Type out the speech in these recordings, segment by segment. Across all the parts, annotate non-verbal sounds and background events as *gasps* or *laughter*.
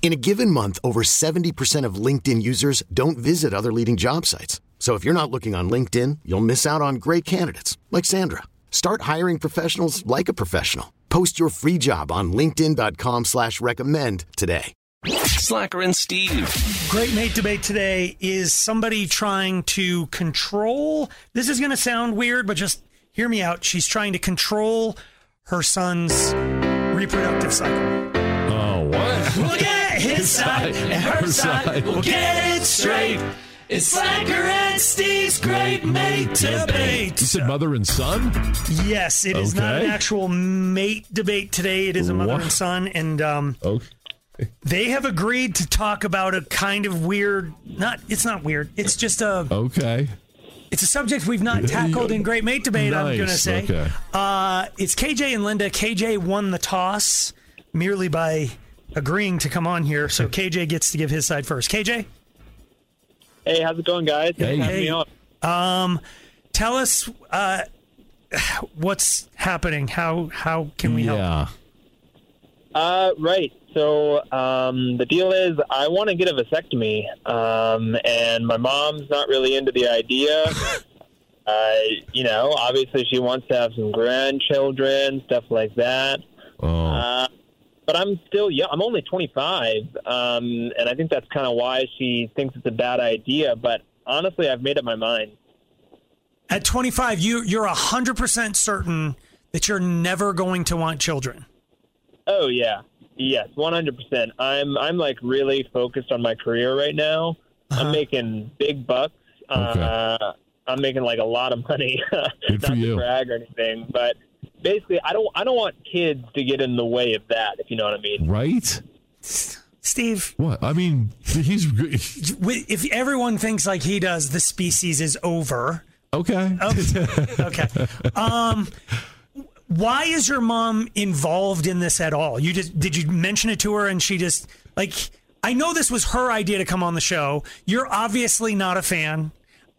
In a given month, over 70% of LinkedIn users don't visit other leading job sites. So if you're not looking on LinkedIn, you'll miss out on great candidates like Sandra. Start hiring professionals like a professional. Post your free job on linkedin.com slash recommend today. Slacker and Steve. Great mate debate today is somebody trying to control. This is going to sound weird, but just hear me out. She's trying to control her son's reproductive cycle. Oh, what? We'll get his side and her side. We'll get it straight. It's Slacker and Steve's great mate You debate. said mother and son? Yes, it is not Okay. an actual mate debate today. It is a mother What? and son, and um, Okay. they have agreed to talk about a kind of weird. Not, it's not weird. It's just a. Okay. It's a subject we've not tackled in Great Mate Debate, I'm Nice, going to say. okay. Uh, it's KJ and Linda. KJ won the toss merely by agreeing to come on *laughs* here, so KJ gets to give his side first. KJ, Hey, how's it going, guys? Thanks for having Hey. Um, me on. tell us uh, what's happening. How how can we help? Yeah. Uh, right. So um, the deal is, I want to get a vasectomy, um, and my mom's not really into the idea. uh, you know, obviously she wants to have some grandchildren, stuff like that. Oh. Uh, but I'm still young. I'm only 25, um, and I think that's kind of why she thinks it's a bad idea. But honestly, I've made up my mind. At 25, you you're hundred percent certain that you're never going to want children. Oh yeah, yes, one hundred percent. I'm I'm like really focused on my career right now. Uh-huh. I'm making big bucks. Uh, I'm making like a lot of money. *laughs* Good for Not you. to brag or anything, but basically, I don't I don't want kids to get in the way of that. If you know what I mean. Right? Steve, What? I mean, he's. g- wi- if everyone thinks like he does, the species is over. Oh, Okay. Okay. *laughs* Um, why is your mom involved in this at all? You just did you mention it to her, and she just like I know this was her idea to come on the show. You're obviously not a fan,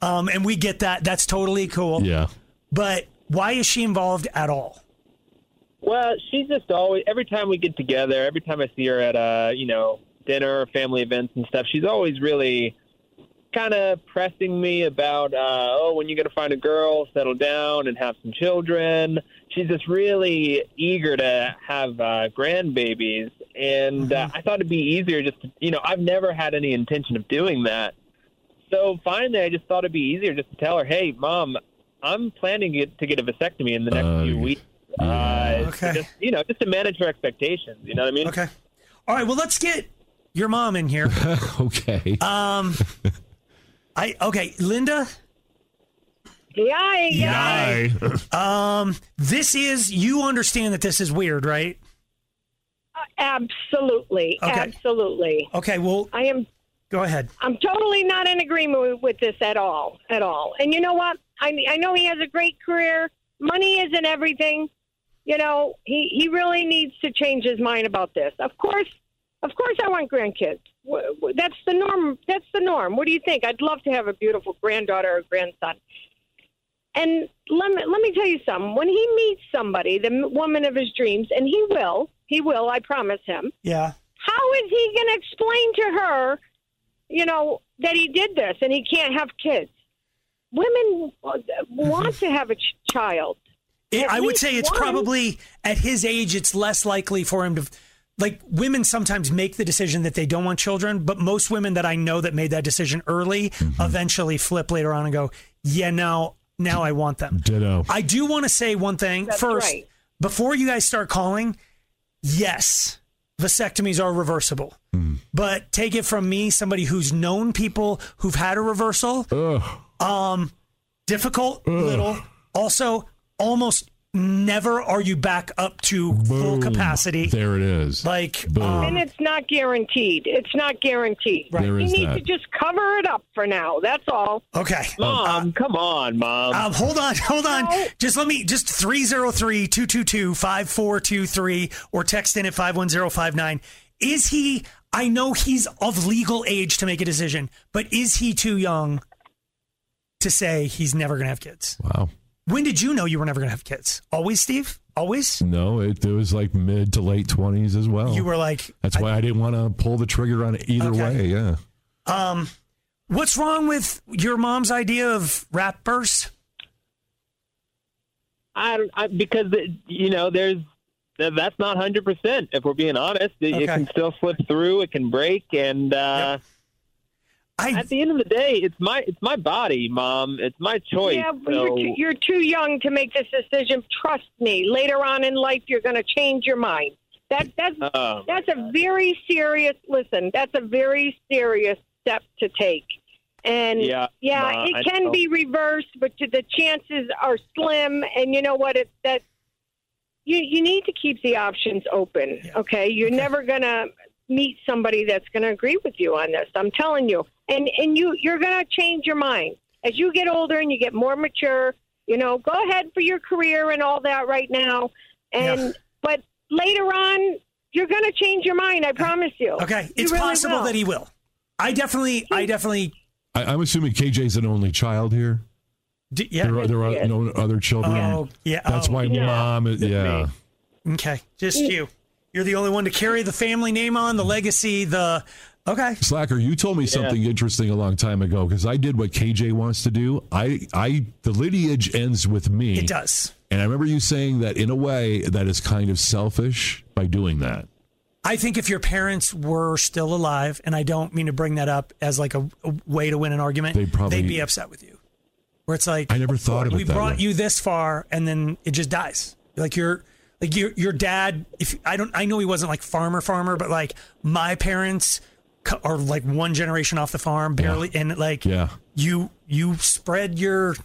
um, and we get that. That's totally cool. Yeah. But why is she involved at all? Well, she's just always every time we get together, every time I see her at uh, you know, dinner or family events and stuff, she's always really kind of pressing me about uh, oh, when you going to find a girl, settle down and have some children. She's just really eager to have uh, grandbabies, and uh, I thought it'd be easier just to, you know, I've never had any intention of doing that. So finally, I just thought it'd be easier just to tell her, "Hey, mom, I'm planning it- to get a vasectomy in the next Uh, few weeks." yeah. Uh, Okay. Just, you know, just to manage her expectations. You know what I mean? Okay. All right. Well, let's get your mom in here. Okay. Um, I okay, Linda. Yeah, yeah. Hi. Um, this is you understand that this is weird, right? Absolutely. Okay. Absolutely. Okay. Well, I am go ahead. I'm totally not in agreement with this at all. At all. And you know what? I I know he has a great career. Money isn't everything. You know, he, he really needs to change his mind about this. Of course of course I want grandkids. W- w- That's the norm. That's the norm. What do you think? I'd love to have a beautiful granddaughter or grandson. And let me, let me tell you something. When he meets somebody, the m- woman of his dreams, and he will, he will, I promise him, Yeah. how is he going to explain to her, you know, that he did this and he can't have kids? Women w- want to have a ch- child. It, At I would least say it's one. probably at his age, it's less likely for him to. Like women sometimes make the decision that they don't want children, but most women that I know that made that decision early eventually flip later on and go, "Yeah, now now I want them." Ditto. I do want to say one thing first right. before you guys start calling. yes, vasectomies are reversible. Hmm. But take it from me, somebody who's known people who've had a reversal. Um, difficult, little. Also, almost never are you back up to full Boom. capacity. There it is. Like, Boom. um, And it's not guaranteed. It's not guaranteed. Right. There You is need that. to just cover it up for now. That's all. okay. Uh, Mom, come on, mom. Um, hold on, hold on. No. Just let me, just 303 222 5423 or text in at 51059. Is he, I know he's of legal age to make a decision, but is he too young to say he's never going to have kids? wow. When did you know you were never going to have kids? Always, Steve? Always? No, it, it was like mid to late 20s as well. You were like, That's why I, didn't want to pull the trigger on it either Okay. way. Yeah. um, what's wrong with your mom's idea of rappers? I, don't- I because it, you know there's that- that's not hundred percent. If we're being honest, it, Okay. it can still slip through. It can break, and uh, I, at the end of the day, it's my it's my body, mom. It's my choice. yeah, but you're, so- too, you're too young to make this decision. Trust me. Later on in life, you're going to change your mind. That that's um, that's a very serious. Listen, that's a very serious step to take. And yeah, Yeah, Ma, it I can know. be reversed, but to- the chances are slim. And you know what? It's that you you need to keep the options open. Okay, you're never gonna meet somebody that's gonna agree with you on this. I'm telling you, and and you you're gonna change your mind as you get older and you get more mature. You know, go ahead for your career and all that right now, and Yeah. but later on you're gonna change your mind. I promise you. okay. You It's really possible will. that he will. I definitely, I definitely, I, I'm assuming KJ's an only child here. d- yeah. There are, there are no other children. Oh, yeah. That's oh, why mom. is- Yeah. Okay, just you. You're the only one to carry the family name on, the legacy, the. Okay. Slacker, you told me something interesting a long time ago because I did what KJ wants to do. I, I, the lineage ends with me. It does. And I remember you saying that in a way that is kind of selfish by doing that. I think if your parents were still alive, and I don't mean to bring that up as like a, a way to win an argument, They'd probably- be upset with you. Where it's like I never thought of it we that brought way. you this far, and then it just dies. Like your like your your dad. If I don't, I know he wasn't like farmer farmer, but like my parents co- are like one generation off the farm, barely, and like Yeah. you you spread your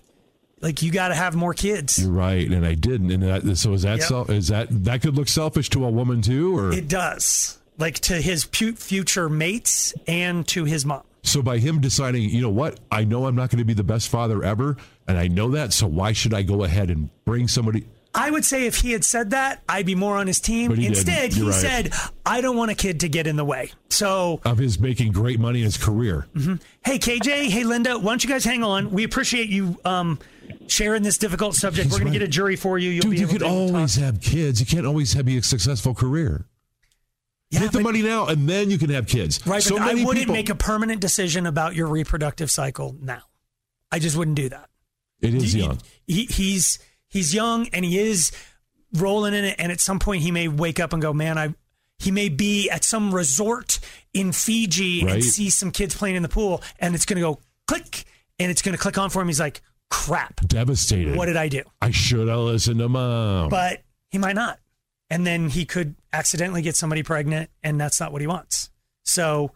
like you got to have more kids. You're right, and I didn't. And that, so is that Yep. self? Is that that could look selfish to a woman too? Or It does. Like to his pu- future mates and to his mom. so by him deciding, you know what? I know I'm not going to be the best father ever, and I know that. So why should I go ahead and bring somebody? I would say if he had said that, I'd be more on his team. But he didn't. Instead, he You're right. said, I don't want a kid to get in the way. So, Mm-hmm. Of his making great money in his career. hey, KJ, hey, Linda, why don't you guys hang on? We appreciate you um, sharing this difficult subject. He's We're going to right. get a jury for you. You'll Dude, be you able could to always have kids. You can't always have be a successful career. Yeah, Get the but- money now, and then you can have kids. Right, so but I many wouldn't people, make a permanent decision about your reproductive cycle now. I just wouldn't do that. It is He- young. He, he's he's young and he is rolling in it. And at some point, he may wake up and go, "Man, I." He may be at some resort in Fiji Right. and see some kids playing in the pool, and it's going to go click, and it's going to click on for him. He's like, "Crap, Devastated. what did I do?" I should have listened to mom. But he might not, and then he could accidentally get somebody pregnant, and that's not what he wants. So,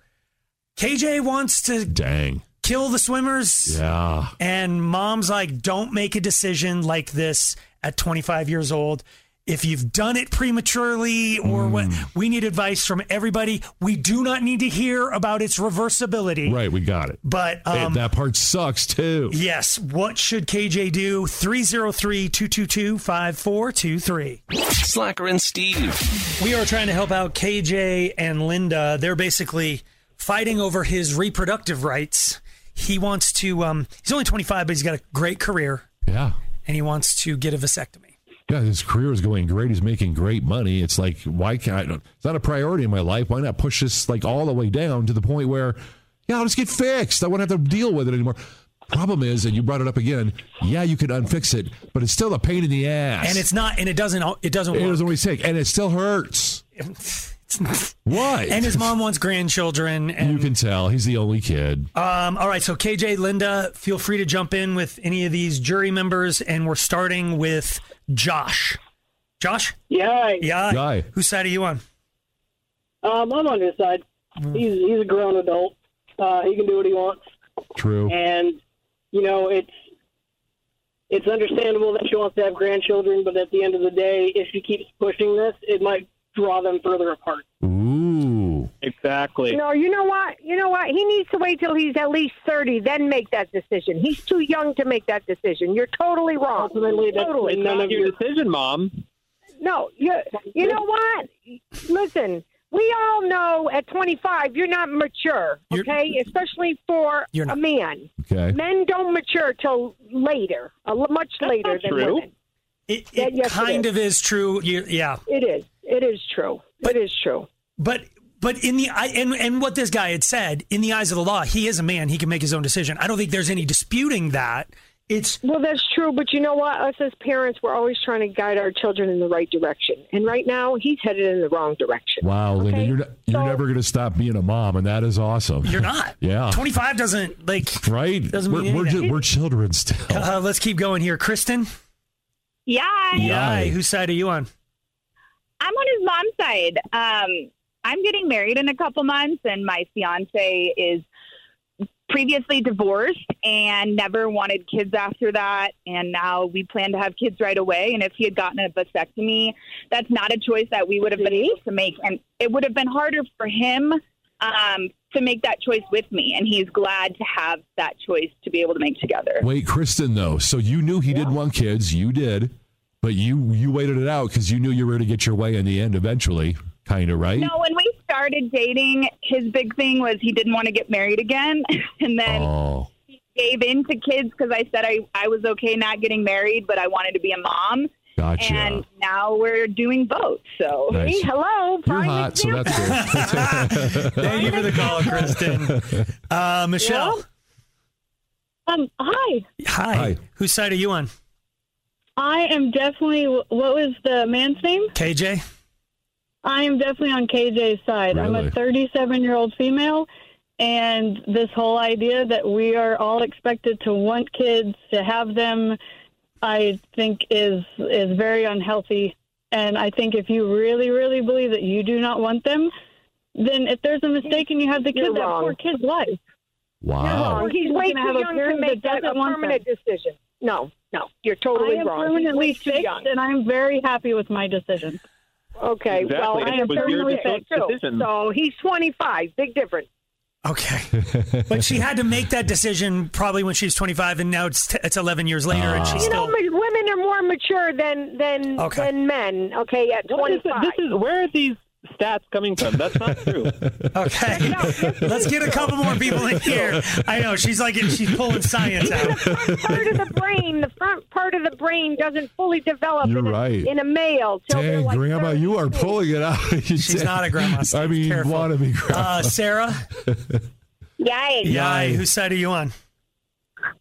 KJ wants to Dang. kill the swimmers. Yeah. And mom's like, don't make a decision like this at 25 years old. If you've done it prematurely or Mm. what, we need advice from everybody. We do not need to hear about its reversibility. Right. We got it. But Hey, um, that part sucks too. yes, what should KJ do? 303 222 5423. Slacker and Steve. We are trying to help out KJ and Linda. They're basically fighting over his reproductive rights. He wants to, um, he's only 25, but he's got a great career. Yeah. and he wants to get a vasectomy. Yeah, his career is going great. He's making great money. It's like, why can't I? It's not a priority in my life. Why not push this like all the way down to the point where, yeah, I'll just get fixed. I won't have to deal with it anymore. Problem is, and you brought it up again. Yeah, you could unfix it, but it's still a pain in the ass, And it's not, and it doesn't, it doesn't it work. doesn't always take, and it still hurts. It's not- What? and his mom wants grandchildren. And, you can tell he's the only kid. um, all right, so KJ, Linda, feel free to jump in with any of these jury members, and we're starting with Josh. Josh? Yeah, Yeah. Guy. Whose side are you on? um, I'm on his side. Mm. He's he's a grown adult. Uh, he can do what he wants, True. and you know it's it's understandable that she wants to have grandchildren, but at the end of the day, if she keeps pushing this, it might draw them further apart. Ooh. Exactly. No, you know what? You know what? He needs to wait till he's at least 30, then make that decision. He's too young to make that decision. You're totally wrong. Ultimately, that's totally. none None of of your your decision, Mom. No, you you know what? Listen, we all know at 25 you're not mature, You're- okay? Especially for You're a not. man. Okay. Men don't mature till later, a l- much later not than true. women. It, Yeah, it yes, it kind is. of is true. You, yeah. It is. It is true. But- it is true. But but in the eye and and what this guy had said in the eyes of the law, he is a man. He can make his own decision. I don't think there's any disputing that. It's Well, that's true, but you know what? Us as parents, we're always trying to guide our children in the right direction. And right now, he's headed in the wrong direction. Wow, Linda, Okay, you're not, you're so- never going to stop being a mom, and that is awesome. you're not. Yeah. 25 doesn't like. right? Doesn't we're mean we're, anything. ju- we're children still. Uh, let's keep going here, Kristen. Yeah, Yeah. Yeah. Whose side are you on? I'm on his mom's side. Um, I'm getting married in a couple months, and my fiance is previously divorced and never wanted kids after that. And now we plan to have kids right away. And if he had gotten a vasectomy, that's not a choice that we would have been See? able to make. And it would have been harder for him um, to make that choice with me. And he's glad to have that choice to be able to make together. Wait, Kristen, though. So you knew he didn't want kids. You did, but you you waited it out because you knew you were going to get your way in the end eventually, kind of, right? No, when we started dating, his big thing was he didn't want to get married again. *laughs* And then Oh, gave in to kids because I said I, I was okay not getting married, but I wanted to be a mom. gotcha. And now we're doing both. So Nice. Hey, hello. You're prime hot, so example. *laughs* that's good. Thank you for the call, Kristen. Uh, Michelle. um, hi. Hi. Hi. Whose side are you on? I am definitely, what was the man's name? KJ. I am definitely on KJ's side. I'm Really? a 37 year old female, and this whole idea that we are all expected to want kids, to have them, I think is is very unhealthy. And I think if you really, really believe that you do not want them, then if there's a mistake and you have the You're kid, that wrong. poor kid's life. wow. Well, he's way He's too gonna have a young to parent that make that a doesn't want permanent decision. No, no, you're totally I am wrong. He's permanently way too fixed, young. and I'm very happy with my decision. Okay, Exactly. well, I It am was your totally deci- fixed, too. decision. So he's 25. Big difference. Okay. *laughs* But she had to make that decision probably when she was 25, and now it's t- it's 11 years later, Ah. and she's You know, still. ma- women are more mature than than Okay. than men. Okay, at What is 25. it- this is where are these stats coming from? That's not true. Okay. Let's get a couple more people in *laughs* here. I know she's like she's pulling science *laughs* out. *laughs* part of the brain, the front part of the brain doesn't fully develop You're in, a, right. in a male. till they're Dang, like Grandma, you are 30. pulling it out. *laughs* She's not a grandma. Steve. I mean, you Careful. want to be grandma. Uh, Sarah. Yikes. Yai, whose side are you on?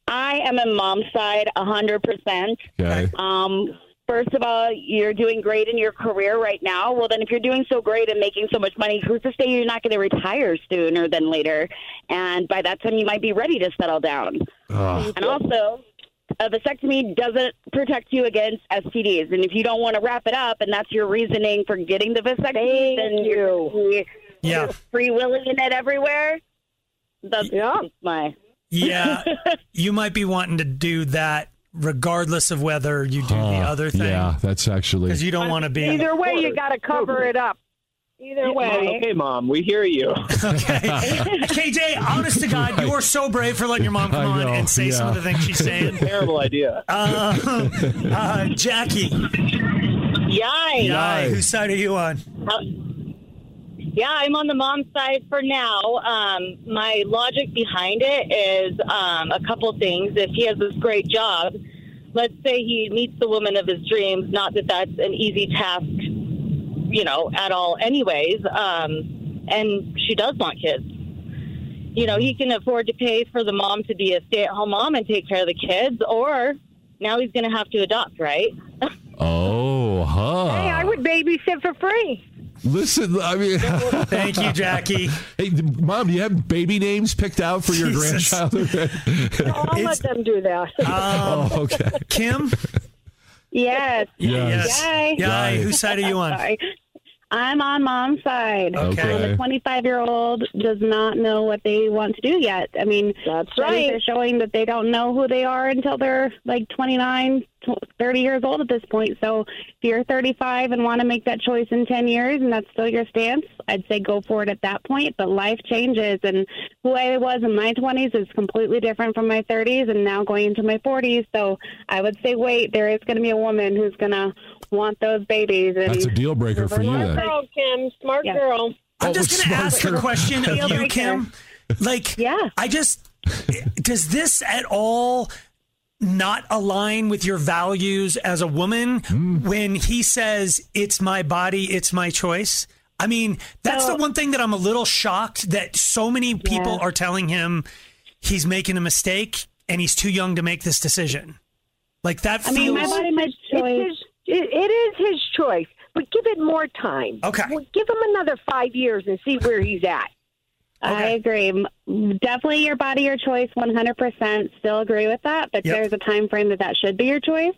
I am a mom's side 100%. okay. Um, first of all, you're doing great in your career right now. Well, then, if you're doing so great and making so much money, who's to say you're not going to retire sooner than later? And by that time, you might be ready to settle down. Ah, And also, a vasectomy doesn't protect you against STDs. And if you don't want to wrap it up, and that's your reasoning for getting the vasectomy, Thank then you. you're Yeah. free willing it everywhere. That's Yeah. *laughs* my Yeah. You might be wanting to do that regardless of whether you do the huh, other thing. Yeah, that's actually. Because you don't want to be. Either way, you got to cover it up. Either way. okay, Mom, we hear you. *laughs* Okay. *laughs* KJ, honest to God, you are so brave for letting your mom come I on know, and say some of the yeah. things she's *laughs* saying. Terrible idea. Uh, *laughs* uh, Jackie, yikes. Yai, whose side are you on? Yeah, I'm on the mom side for now. Um, my logic behind it is um, a couple things. If he has this great job, let's say he meets the woman of his dreams, not that that's an easy task, you know, at all, anyways, um, and she does want kids. You know, he can afford to pay for the mom to be a stay at home mom and take care of the kids, or now he's going to have to adopt, right? oh, huh. Hey, I would babysit for free. Listen, I mean, *laughs* Thank you, Jackie. *laughs* hey, mom, do you have baby names picked out for your Jesus. grandchild? *laughs* I'll *laughs* It's- let them do that. Um, oh, okay. Kim, Yes. Yes. Yay. Yay. Yay. Whose side are you on? Sorry. I'm on mom's side. Okay. The 25 year old does not know what they want to do yet. I mean, that's right. They're showing that they don't know who they are until they're like 29, tw- 30 years old at this point. So if you're 35 and want to make that choice in 10 years and that's still your stance, I'd say go for it at that point. But life changes. And who I was in my 20s is completely different from my 30s and now going into my 40s. So I would say wait. There is going to be a woman who's going to want those babies. And That's a deal breaker for you Smart then. girl, Kim. Smart Yeah. girl. I'm Oh, just going to smart ask a girl. question of Deal you, breaker. Kim. Like, Yeah. I just does this at all not align with your values as a woman Hmm. when he says it's my body, it's my choice? I mean, that's So- the one thing that I'm a little shocked that so many people Yeah. are telling him he's making a mistake and he's too young to make this decision. Like that I feels mean, my body, my It's choice. his, it, it is his choice, but give it more time. Okay. Well, give him another five years and see where he's at. Okay. I agree. M- Definitely your body, your choice, 100%. Still agree with that, but Yep. there's a time frame that that should be your choice.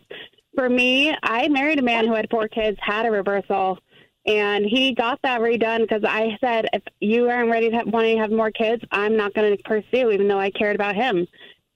For me, I married a man who had four kids, had a reversal, and he got that redone because I said, if you aren't ready to have, wanting to have more kids, I'm not going to pursue, even though I cared about him.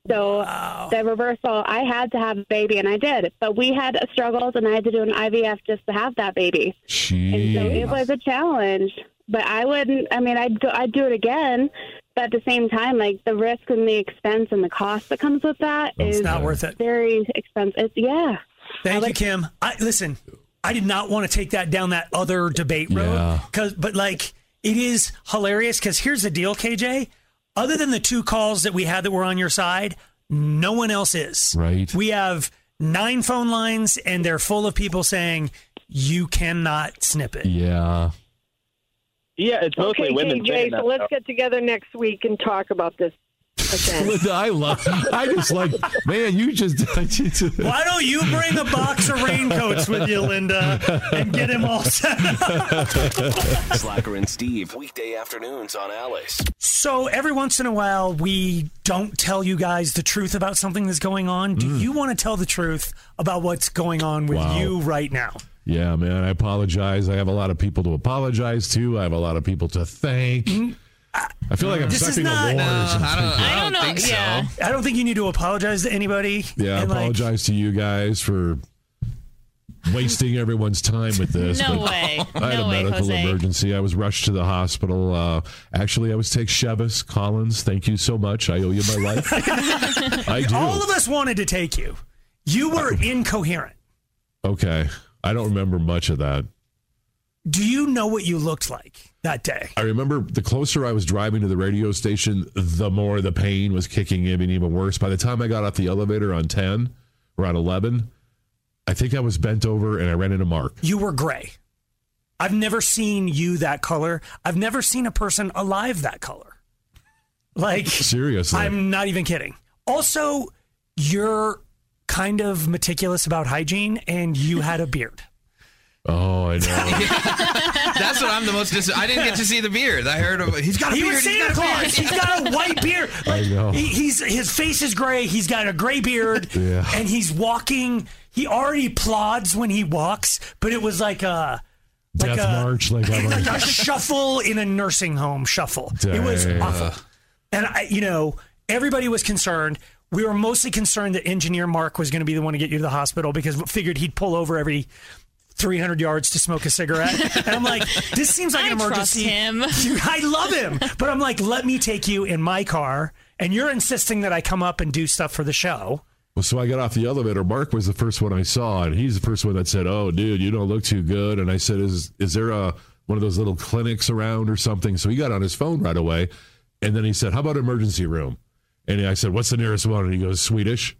So the reversal, I had to have a baby, and I did. But we had struggles, and I had to do an IVF just to have that baby. And so it Jeez. was a challenge, but I wouldn't. I mean, I'd go, I'd do it again, but at the same time, like the risk and the expense and the cost that comes with that It's is not worth it. Very expensive. It's, yeah, Thank you, Kim. I listen. I did not want to take that down that other debate road, Yeah. 'cause- but like it is hilarious. Because here's the deal, KJ. Other than the two calls that we had that were on your side, no one else is. Right. We have nine phone lines, and they're full of people saying you cannot snip it. Yeah. Yeah, it's mostly okay, women. KJ, saying that, so let's though. get together next week and talk about this again. Linda, I love. I just like, man. You just. *laughs* Why don't you bring a box of raincoats with you, Linda, and get him all set up? Slacker and Steve, weekday afternoons on Alice. So every once in a while, we don't tell you guys the truth about something that's going on. Do you want to tell the truth about what's going on with Mm. Wow. you right now? yeah, man. I apologize. I have a lot of people to apologize to. I have a lot of people to thank. I feel like I'm Mm. This is sucking not- uh, a No, war. or something. I don't, I don't think so. yeah. I don't think you need to apologize to anybody. Yeah, I And, like, apologize to you guys for wasting everyone's time with this. No but way. *laughs* I had No a way, medical Jose. emergency. I was rushed to the hospital. Uh, actually, I was take Chevis Collins. Thank you so much. I owe you my life. *laughs* *laughs* I do. all of us wanted to take you. *laughs* You were incoherent. okay. I don't remember much of that. Do you know what you looked like that day? I remember the closer I was driving to the radio station, the more the pain was kicking in and even worse. By the time I got off the elevator on 10 or on 11, I think I was bent over and I ran into Mark. You were gray. I've never seen you that color. I've never seen a person alive that color. Like Seriously. I'm not even kidding. Also, you're kind of meticulous about hygiene and you had a beard. oh, I know. *laughs* That's what I'm the most. Dis- I didn't get to see the beard. I heard of. He's got a He beard. was he's Santa got a beard. Claus. *laughs* He's got a white beard. Like, know. *laughs* he- he's his face is gray. He's got a gray *laughs* beard, Yeah. and he's walking. He already plods when he walks, but it was like a like Death a March, like I'm *laughs* like like- a shuffle in a nursing home shuffle. It was Dang. awful, and I, you know everybody was concerned. We were mostly concerned that engineer Mark was going to be the one to get you to the hospital because we figured he'd pull over every 300 yards to smoke a cigarette. *laughs* And I'm like, this seems like I an trust emergency. him. *laughs* You- I love him, but I'm like, let me take you in my car, and you're insisting that I come up and do stuff for the show. Well, so I got off the elevator. Mark was the first one I saw, and he's the first one that said, "Oh, dude, you don't look too good." And I said, "Is is there a one of those little clinics around or something?" So he got on his phone right away, and then he said, "How about emergency room?" And I said, "What's the nearest one?" And he goes, "Swedish."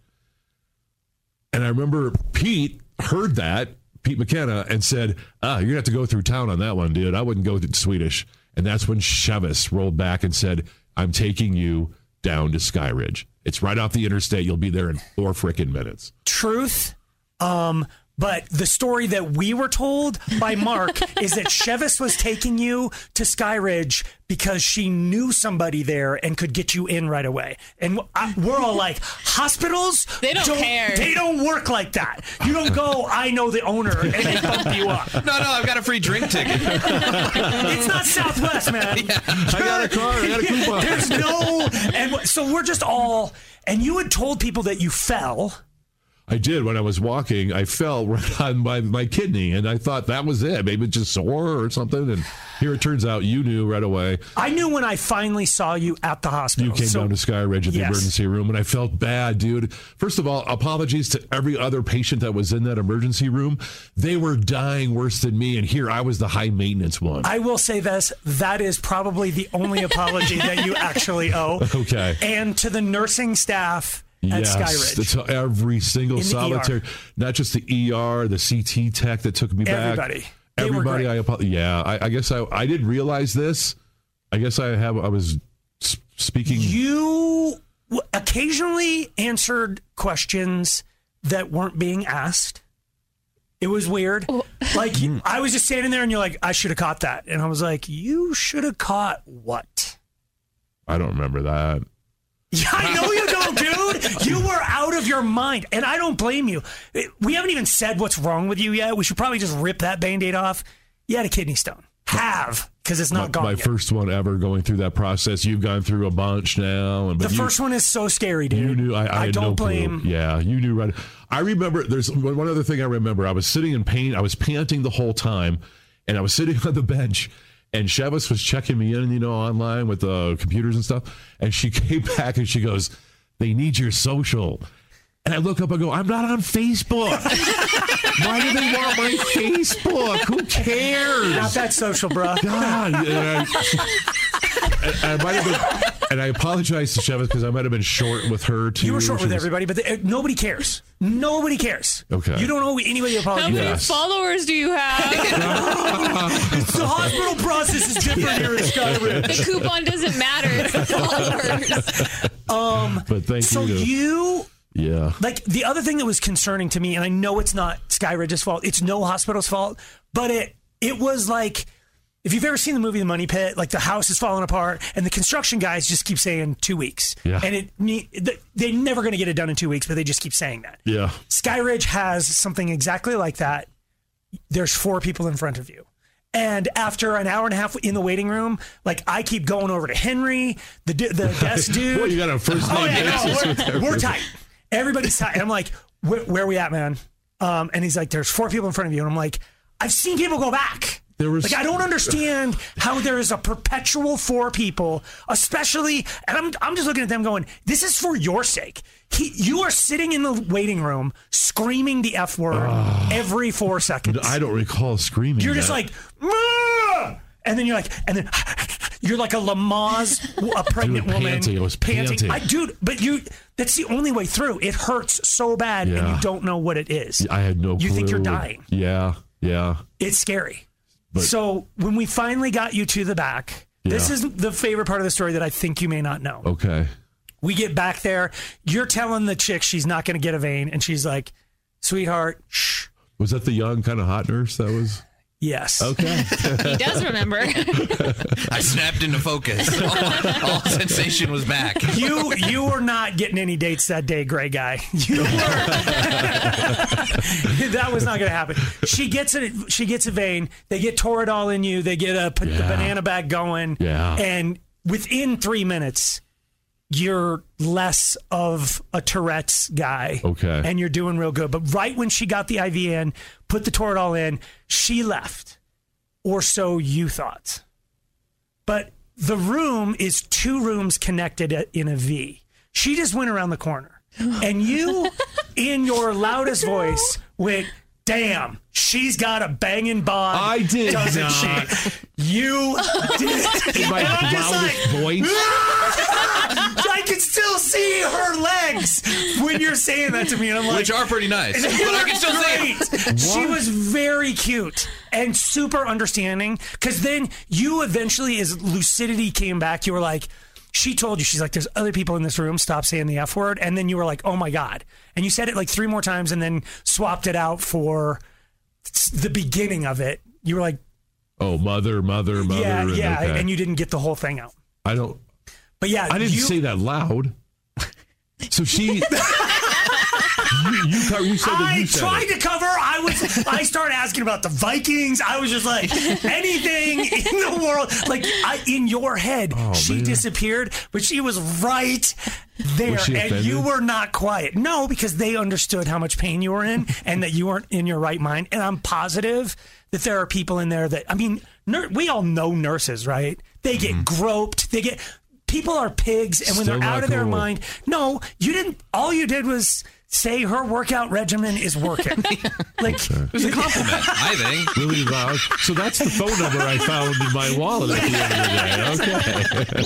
And I remember Pete heard that Pete McKenna and said, "Ah, you're gonna have to go through town on that one, dude. I wouldn't go to Swedish." And that's when Chevis rolled back and said, "I'm taking you down to Sky Ridge. It's right off the interstate. You'll be there in four frickin' minutes." Truth. Um, But the story that we were told by Mark is that Chevis was taking you to Skyridge because she knew somebody there and could get you in right away. And I, we're all like, hospitals? They don't care." They don't work like that. You don't go, I know the owner, and they bump you up. No, no, I've got a free drink *laughs* ticket. It's not *laughs* Southwest, man. I got a card. *laughs* I got a coupon. There's no, and w- so we're just all. And you had told people that you fell. I did when I was walking. I fell *laughs* right on my, my kidney, and I thought that was it. Maybe it's just sore or something. And here it turns out you knew right away. I knew when I finally saw you at the hospital. You came So- down to Sky Ridge at the Yes. emergency room, and I felt bad, dude. First of all, apologies to every other patient that was in that emergency room. They were dying worse than me, and here I was the high maintenance one. I will say this: that is probably the *laughs* only apology that you actually owe. Okay. And to the nursing staff at Skyridge. that's every single In the E solitary, not just the ER, the CT tech that took me Everybody. back. They were Everybody, great. I apo- yeah, I, I guess I I didn't realize this. I guess I have I was s- speaking. you w- occasionally answered questions that weren't being asked. It was weird. *laughs* Like Hmm. you- I was just standing there, and you're like, "I should have caught that," and I was like, "You should have caught what?" I don't remember that. Yeah, I know you don't, dude. You were out of your mind, and I don't blame you. It- We haven't even said what's wrong with you yet. We should probably just rip that band-aid off. You had a kidney stone. Have because it's not my, gone. my yet. first one ever going through that process. You've gone through a bunch now, and the but you, first one is so scary, dude. You knew. I, I, had don't no blame. Clue. Yeah, you knew right. I remember. There's one one other thing I remember. I was sitting in pain. I was panting the whole time, and I was *laughs* sitting on the bench. And Chavis was checking me in, you know, online with the computers and stuff. And she *laughs* came back and she goes, "They need your social." And I look up and go, "I'm not on Facebook. *laughs* Why do they want my Facebook? Who cares?" Not that social, bro. *laughs* God. And I, and I might have been, and I apologize to Chevis because I might have been short with her too. You were short She with was- everybody, but the, uh, nobody cares. Nobody cares. Okay. You don't owe anybody an How apology. many Yes. followers do you *laughs* have? the hospital process is *laughs* different here at Skyridge. the coupon doesn't matter. It's the followers. Um, But thank So you. to- you yeah. like the other thing that was concerning to me, and I know it's not Skyridge's fault, it's no hospital's fault, but it it was like if you've ever seen the movie The Money Pit, like the house is falling apart, and the construction guys just keep saying two weeks, Yeah. and it ne- th- they're never going to get it done in two weeks, but they just keep saying that. Yeah. Skyridge has something exactly like that. There's four people in front of you. And after an hour and a half in the waiting room, like I keep going over to Henry, the du- the *laughs* desk dude. Well, you got a first name oh yeah, basis with no, *laughs* we're, we're everybody. tight. Everybody's tight. And I'm like, where, where are we at, man? Um, and he's like, there's four people in front of you. And I'm like, I've seen people go back. There was- like I don't understand how there is a perpetual four people, especially. And I'm I'm just looking at them going, this is for your sake. He, you are sitting in the waiting room screaming the f word every four seconds. I don't recall screaming. You're just that. like, "Mah!" and then you're like, and then *laughs* you're like a Lamaze, a pregnant Dude, woman, panting. I was panting. I, dude, but you, that's the only way through. It hurts so bad, and Yeah. you don't know what it is. I had no You think you're clue. dying. Yeah. Yeah. It's scary. But- so when we finally got you to the back, this Yeah. is the favorite part of the story that I think you may not know. Okay. We get back there. You're telling the chick she's not going to get a vein, and she's like, "Sweetheart, shh, Was that the young, kind of hot nurse that was? yes." Okay. He does *laughs* remember. *laughs* I snapped into focus. *laughs* All, all sensation was back. you you were not getting any dates that day, gray guy. *laughs* You were that was not going to happen. She gets it. She gets a vein. They get Toradol in you. They get a, p- Yeah. banana bag going. Yeah. And within three minutes, you're less of a Tourette's guy. Okay. And you're doing real good. But right when she got the IV in, put the Toradol in, she left, or so you thought but the room is two rooms connected a- in a V. She just went around the corner, and you, in your loudest voice, went, "Damn, she's got a banging bod." I did doesn't not. she? You *laughs* did. In my And I'm just loudest *laughs* like, "Ah!" voice. I can still see her legs when you're saying that to me, and I'm like, Which are *laughs* pretty nice. But I can still see it. Great. She was very cute and super understanding. Because then you eventually, as lucidity came back, you were like, She told you, she's like, there's other people in this room. Stop saying the F word. And then you were like, oh my God. And you said it like three more times and then swapped it out for s- the beginning of it. You were like, Oh, mother, mother, mother. yeah, and- yeah. okay. And you didn't get the whole thing out. I don't. But yeah, I didn't you- say that loud. So *laughs* she. you, you, co- you said that I you said tried it. to cover. I was. I started asking about the Vikings. I was just like anything in the world. Like I, in your head, Oh, she disappeared, but she was right there, Was she and you offended? were not quiet. No, because they understood how much pain you were in, and that you weren't in your right mind. And I'm positive that there are people in there that I mean, nur- we all know nurses, right? They Mm-hmm. get groped. They get. People are pigs, and when Still they're not out of their cool. mind, no, you didn't. All you did was say her workout regimen is working. like, was a compliment, *laughs* I think. Really loud. So that's the phone number I found in my wallet at the end *laughs* of the day. Okay.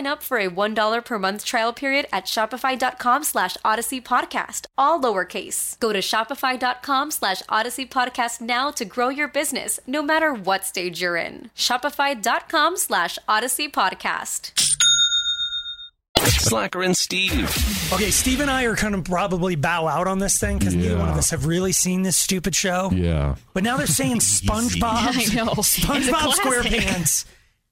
up for a $1 per month trial period at shopify.com slash odyssey podcast, all lowercase. Go to shopify.com slash odyssey podcast now to grow your business, no matter what stage you're in. Shopify.com slash odyssey podcast. Slacker and Steve. Okay, Steve and I are going to probably bow out on this thing because neither one of us have really seen this stupid show. Yeah. But now they're saying SpongeBob, I know. It's a *laughs* SpongeBob classic. SquarePants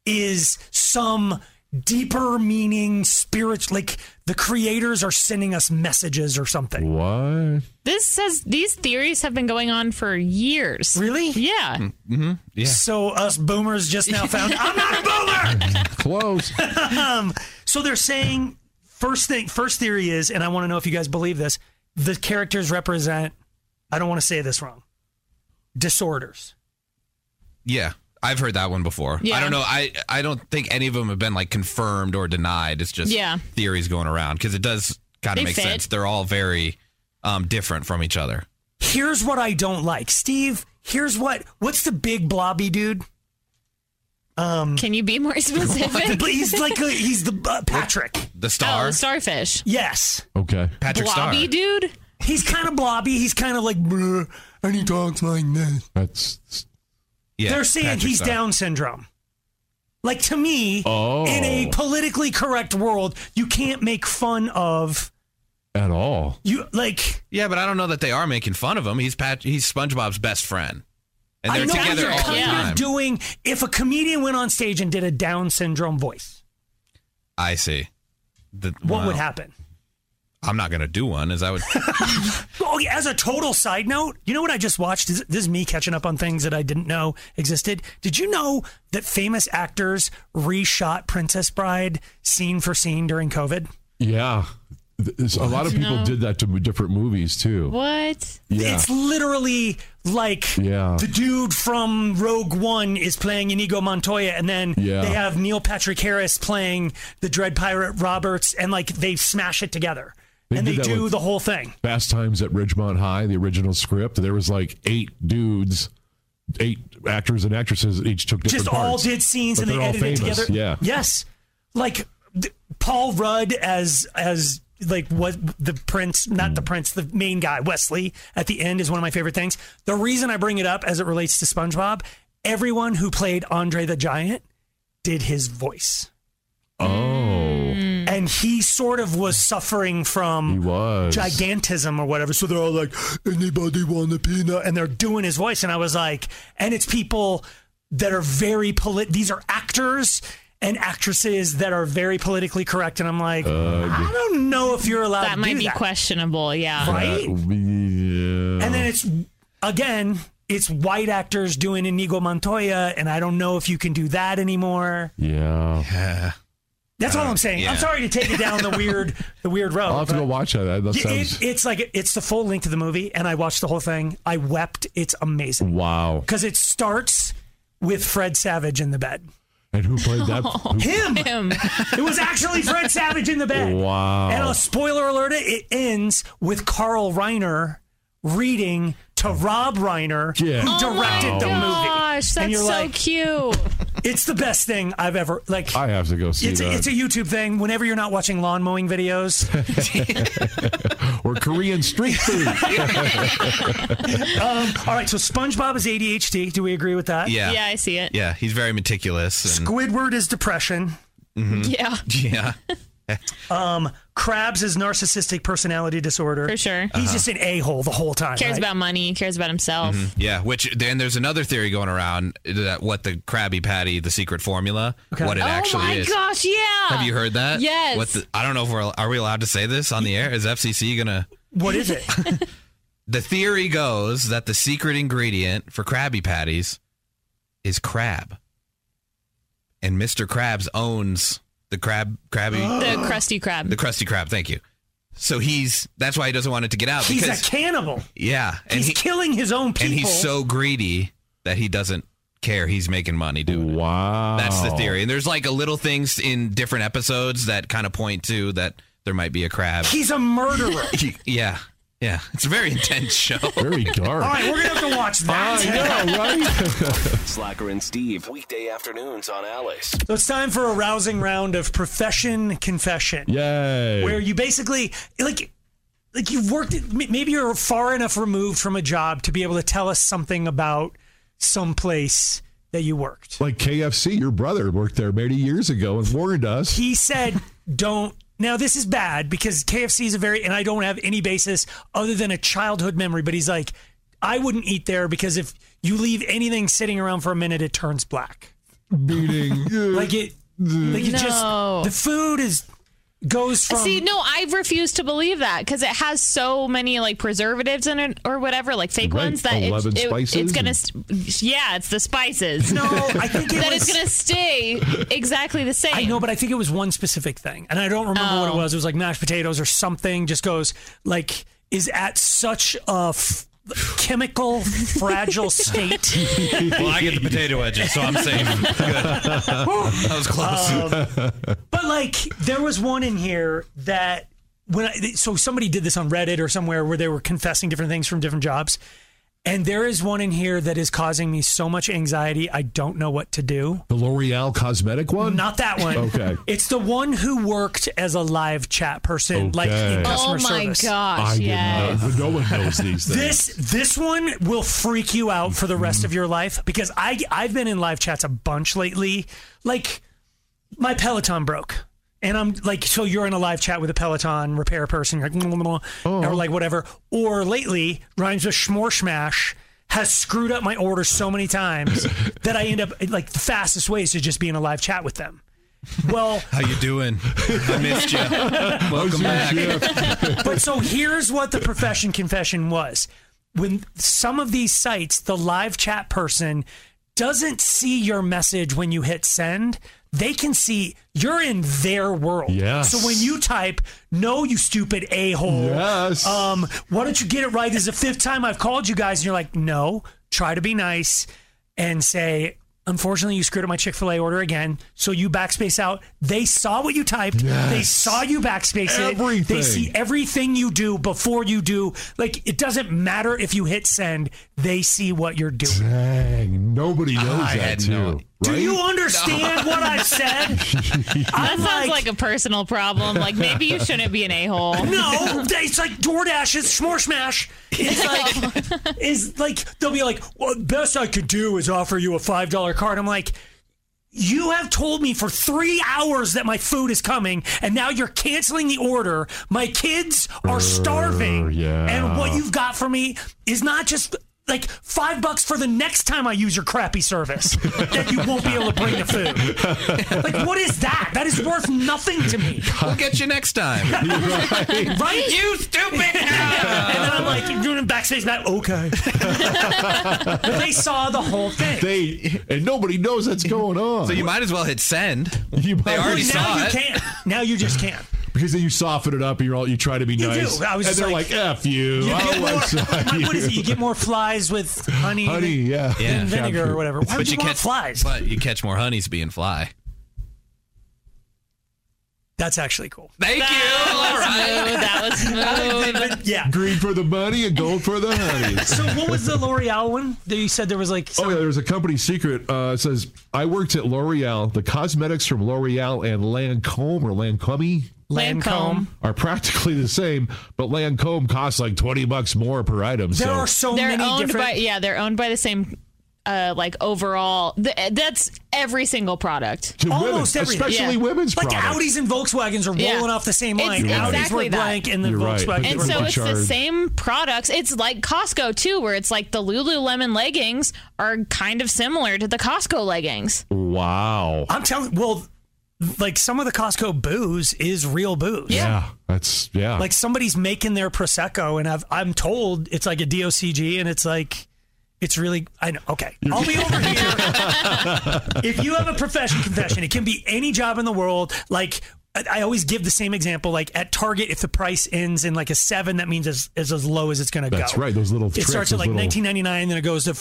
is some deeper meaning spiritual. Like the creators are sending us messages or something. What? This says these theories have been going on for years. Really? Yeah. Mm, Mm-hmm. Yeah. So us boomers just now found I'm not a boomer. Close. um, so they're saying first thing, first theory is, and I want to know if you guys believe this: the characters represent. I don't want to say this wrong. Disorders. Yeah. I've heard that one before. Yeah. I don't know. I I don't think any of them have been like confirmed or denied. It's just Yeah. theories going around because it does kind They of make fit. sense. They're all very um, different from each other. Here's what I don't like, Steve. Here's what. What's the big blobby dude? Um, Can you *laughs* be more specific? but he's like a, he's the *laughs* uh, Patrick. The Oh, star, the starfish. Yes, Okay. Patrick Star. Blobby dude? he's kind of blobby. He's kind of like, "Bruh," and he talks like this. That's. Yeah, They're saying Patrick he's Star. Down syndrome. Like to me, Oh. in a politically correct world, you can't make fun of At all. you. Like Yeah, but I don't know that they are making fun of him. He's Pat. He's SpongeBob's best friend. And they're I know what together you're all the kind time. of doing if a comedian went on stage and did a Down syndrome voice. I see. The- What wow. would happen? I'm not going to do one. Is *laughs* that what? Oh, yeah, as a total side note, you know what I just watched? This this is me catching up on things that I didn't know existed. Did you know that famous actors reshot Princess Bride scene for scene during COVID? Yeah. Th- there's- A lot of people No. did that to m- different movies too. What? Yeah. It's literally like Yeah. the dude from Rogue One is playing Inigo Montoya, and then Yeah. they have Neil Patrick Harris playing the Dread Pirate Roberts, and like they smash it together. They and did they that do with- the whole thing. Fast Times at Ridgemont High, the original script, there was like eight dudes, eight actors and actresses that each took different just all parts. did scenes But and they they're all edited it famous, together. Yeah. Yes. Like th- Paul Rudd as as like what the prince, not Hmm. the prince, the main guy Wesley at the end is one of my favorite things. The reason I bring it up as it relates to SpongeBob, everyone who played Andre the Giant did his voice. Oh. And he sort of was suffering from gigantism or whatever. So they're all like, anybody want a peanut? And they're doing his voice. And I was like, and it's people that are very polit. These are actors and actresses that are very politically correct. And I'm like, I don't know if you're allowed That to might do be that. questionable. Yeah. Right? yeah. And then it's again, it's white actors doing Inigo Montoya, and I don't know if you can do that anymore. Yeah. That's all I'm saying. Uh, yeah. I'm sorry to take it down *laughs* the weird, the weird road. I'll have to but- go watch that. That Yeah, sounds. it- it's like it's the full length of the movie, and I watched the whole thing. I wept. It's amazing. Wow. Because it starts with Fred Savage in the bed. and who played *laughs* that? who- Him. it was actually Fred Savage in the bed. Wow. And a spoiler alert: it ends with Carl Reiner reading to Rob Reiner, Yeah. who Oh my directed the movie. gosh, And that's you're so like, cute. It's the best thing I've ever like. I have to go see It's a, that. it's a YouTube thing. Whenever you're not watching lawn mowing videos, *laughs* or Korean street *laughs* food. um, all right, so SpongeBob is ADHD. Do we agree with that? Yeah. Yeah, he's very meticulous. And, Squidward is depression. Mhm. *laughs* Yeah. Um, Krabs is narcissistic personality disorder. For sure. He's Uh-huh. just an a hole the whole time. Cares right? about money. Cares about himself. Mhm. Yeah, which then there's another theory going around that what the Krabby Patty, the secret formula, what it oh actually my is. gosh! Yeah. Have you heard that? Yes. What the, I don't know if we're are we allowed to say this on the air? Is FCC gonna? What is it? *laughs* *laughs* The theory goes that the secret ingredient for Krabby Patties is crab, and Mr. Krabs owns the crab Krabby *gasps* Mm-hmm. *gasps* The crusty crab. the Krusty Krab. Thank you. So he's that's why he doesn't want it to get out. He's because, a cannibal. yeah, He's killing his own people. and he's so greedy that he doesn't care. He's making money doing wow. it. That's the theory. And there's like a little things in different episodes that kind of point to that there might be a crab. He's a *laughs* murderer. He- yeah. Yeah. It's a very intense show. Very All dark. right, we're gonna have to watch that. *laughs* Slacker and Steve, weekday afternoons on Alice. So it's time for a rousing round of profession confession. Yay. Where you basically like like you've worked m- maybe you're far enough removed from a job to be able to tell us something about some place that you worked. Like KFC, your brother worked there many years ago and warned us. he said, "Don't." Now this is bad because KFC is a very, and I don't have any basis other than a childhood memory. But he's like, I wouldn't eat there because if you leave anything sitting around for a minute, it turns black. *laughs* Beating. Like it, like it just No. the food is goes from. See, no, I refuse to believe that because it has so many like preservatives in it or whatever, like fake Right. ones that it, 11 it- spices it's gonna. and- St- yeah, it's the spices. *laughs* No, I think it that was- it's gonna stay exactly the same. I know, but I think it was one specific thing, and I don't remember what it Oh. was. It was like mashed potatoes or something. Just goes like is at such a f- chemical fragile state. *laughs* well, I get the potato wedges, so I'm safe. Good. That was close. Um, But like, there was one in here that when I, so somebody did this on Reddit or somewhere where they were confessing different things from different jobs, and there is one in here that is causing me so much anxiety. I don't know what to do. The L'Oreal cosmetic one? Not that one. Okay. It's the one who worked as a live chat person, like in Okay. customer service. I didn't know. but No one knows these things. This this one will freak you out for the rest of your life because I I've been in live chats a bunch lately. Like my Peloton broke. And I'm like, so you're in a live chat with a Peloton Oh. repair person, you're like, "Mm, mm, mm," or like whatever. Or lately, rhymes with Schmorschmash has screwed up my order so *laughs* many times that I end up like the fastest way is to just be in a live chat with them. Well, How you doing? I *laughs* missed *laughs* you. Welcome back. but so here's what the profession confession was. When some of these sites, the live chat person doesn't see your message when you hit send, they can see you're in their world. Yes. So when you type, no, you stupid a hole. Yes. Um, why don't you get it right? This is the fifth time I've called you guys, and you're like, no, try to be nice and say, unfortunately, you screwed up my Chick fil A order again. So you backspace out. They saw what you typed, they Yes. saw you backspace it. They Everything. see everything you do before you do. Like, it doesn't matter if you hit send, they see what you're doing. Dang, nobody knows I that had too. no- Do right? you understand what I've said? that sounds like a personal problem. Like maybe you shouldn't be an a hole. *laughs* No, it's like DoorDash. It's Schmorshmash. It's like, is like they'll be like, well, best I could do is offer you a five dollar card. I'm like, you have told me for three hours that my food is coming, and now you're canceling the order. My kids are starving, yeah. and what you've got for me is not just. Like five bucks for the next time I use your crappy service that you won't be able to bring the food. Like, what is that? That is worth nothing to me. We'll get you next *laughs* time. right? You stupid! *laughs* and then I'm like, you're doing backstage that okay. but they saw the whole thing. They and nobody knows that's going on. So you might as well hit send. You might They as already well- saw now it. you can't. Now you just can't. because then you soften it up. and You're all you try to be You nice. do. I was and just they're like- like, "F you." You I *laughs* get more, was like, *laughs* what is it? You get more flies with honey, than- Honey, yeah. *laughs* than Yeah. vinegar or whatever. Why would you, want catch flies? But you catch more honeys being fly. That's actually cool. Thank you. All right. That *laughs* was smooth. That was smooth. Yeah. Green for the money and gold for the honey. So what was the L'Oreal one? That you said there was like Oh yeah, there's a company secret. Uh, it says I worked at L'Oreal. The cosmetics from L'Oreal and Lancome or Lancome Lancome. are practically the same, but Lancome costs like twenty bucks more per item. There so are so they're many owned different. by yeah, they're owned by the same uh like overall. Th- that's every single product. to women, Almost everything. especially Yeah. women's like products. Audis and Volkswagens are rolling Yeah. off the same It's line. Audis exactly were that. blank, and the You're right, Volkswagens but were And Different so blank. it's the charge. same products. It's like Costco too, where it's like the Lululemon leggings are kind of similar to the Costco leggings. wow. I'm telling. Well, like some of the Costco booze is real booze. Yeah, that's yeah. Like somebody's making their prosecco, and I've, I'm told it's like a DOCG, and it's like, it's really. I know. Okay, I'll be *laughs* over here. if you have a profession confession, it can be any job in the world. Like. I- I always give the same example. Like at Target, if the price ends in like a seven, that means it's, it's as low as it's going to go. That's right, those little It tricks, starts at those like little- 1999, then it goes to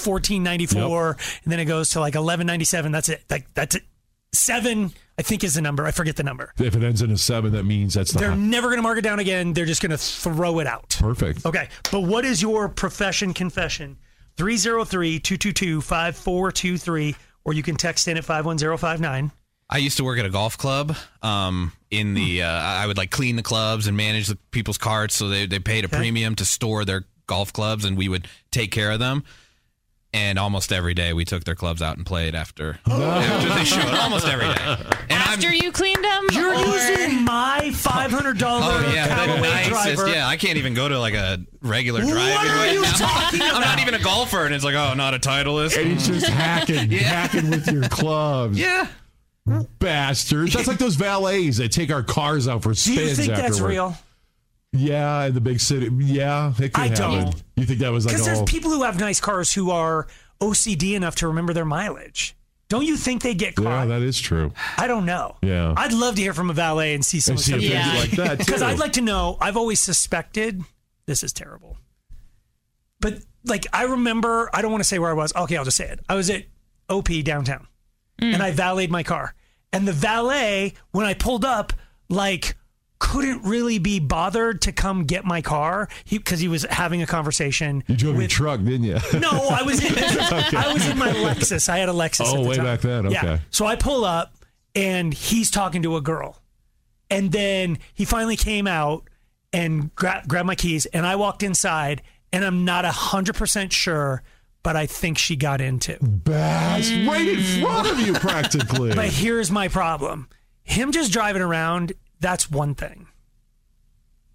1494, and then it goes to like 1197. That's it. Like that's it. Seven, I think, is the number. I forget the number. if it ends in a seven, that means that's the They're high- never going to mark it down again. They're just going to throw it out. perfect. Okay. But what is your profession confession? 303 222 5423, or you can text in at 51059. I used to work at a golf club. Um, in Hmm. the uh, I would like clean the clubs and manage the people's carts, so they they paid a premium to store their golf clubs, and we would take care of them. And almost every day, we took their clubs out and played after. Oh. after they showed *laughs* almost every day. And I'm- After you cleaned them, You're or- using my $500 Oh yeah, the Callaway nicest. driver. Yeah, I can't even go to like a regular What drive. are anyway you now. *laughs* talking I'm about? not even a golfer, and it's like, oh, not a titleist. And he's just *laughs* hacking, hacking with your clubs, Yeah, bastards. That's like those valets that take our cars out for Do spins. you think that's afterward. real? Yeah, in the big city. Yeah, it could I happen. don't. You think that was like Because there's all? people who have nice cars who are OCD enough to remember their mileage. Don't you think they get yeah, caught? that is *laughs* true. I don't know. Yeah. I'd love to hear from a valet and see some And of see if stuff. they Yeah. did like *laughs* that too. Because I'd like to know. I've always suspected this is terrible. But like I remember, I don't want to say where I was. Okay, I'll just say it. I was at OP downtown, and I valeted my car. And the valet, when I pulled up, like couldn't really be bothered to come get my car because he, was having a conversation. you drove your with, truck, didn't you? no, Oh, I was in I was in my Lexus. I had a Lexus. Oh, at the way time. back then, Yeah. okay. So I pull up, and he's talking to a girl, and then he finally came out and gra- grabbed my keys, and I walked inside, and I'm not hundred percent sure, but I think she got into. Bass, right in front of you, practically. But here's my problem: him just driving around. That's one thing,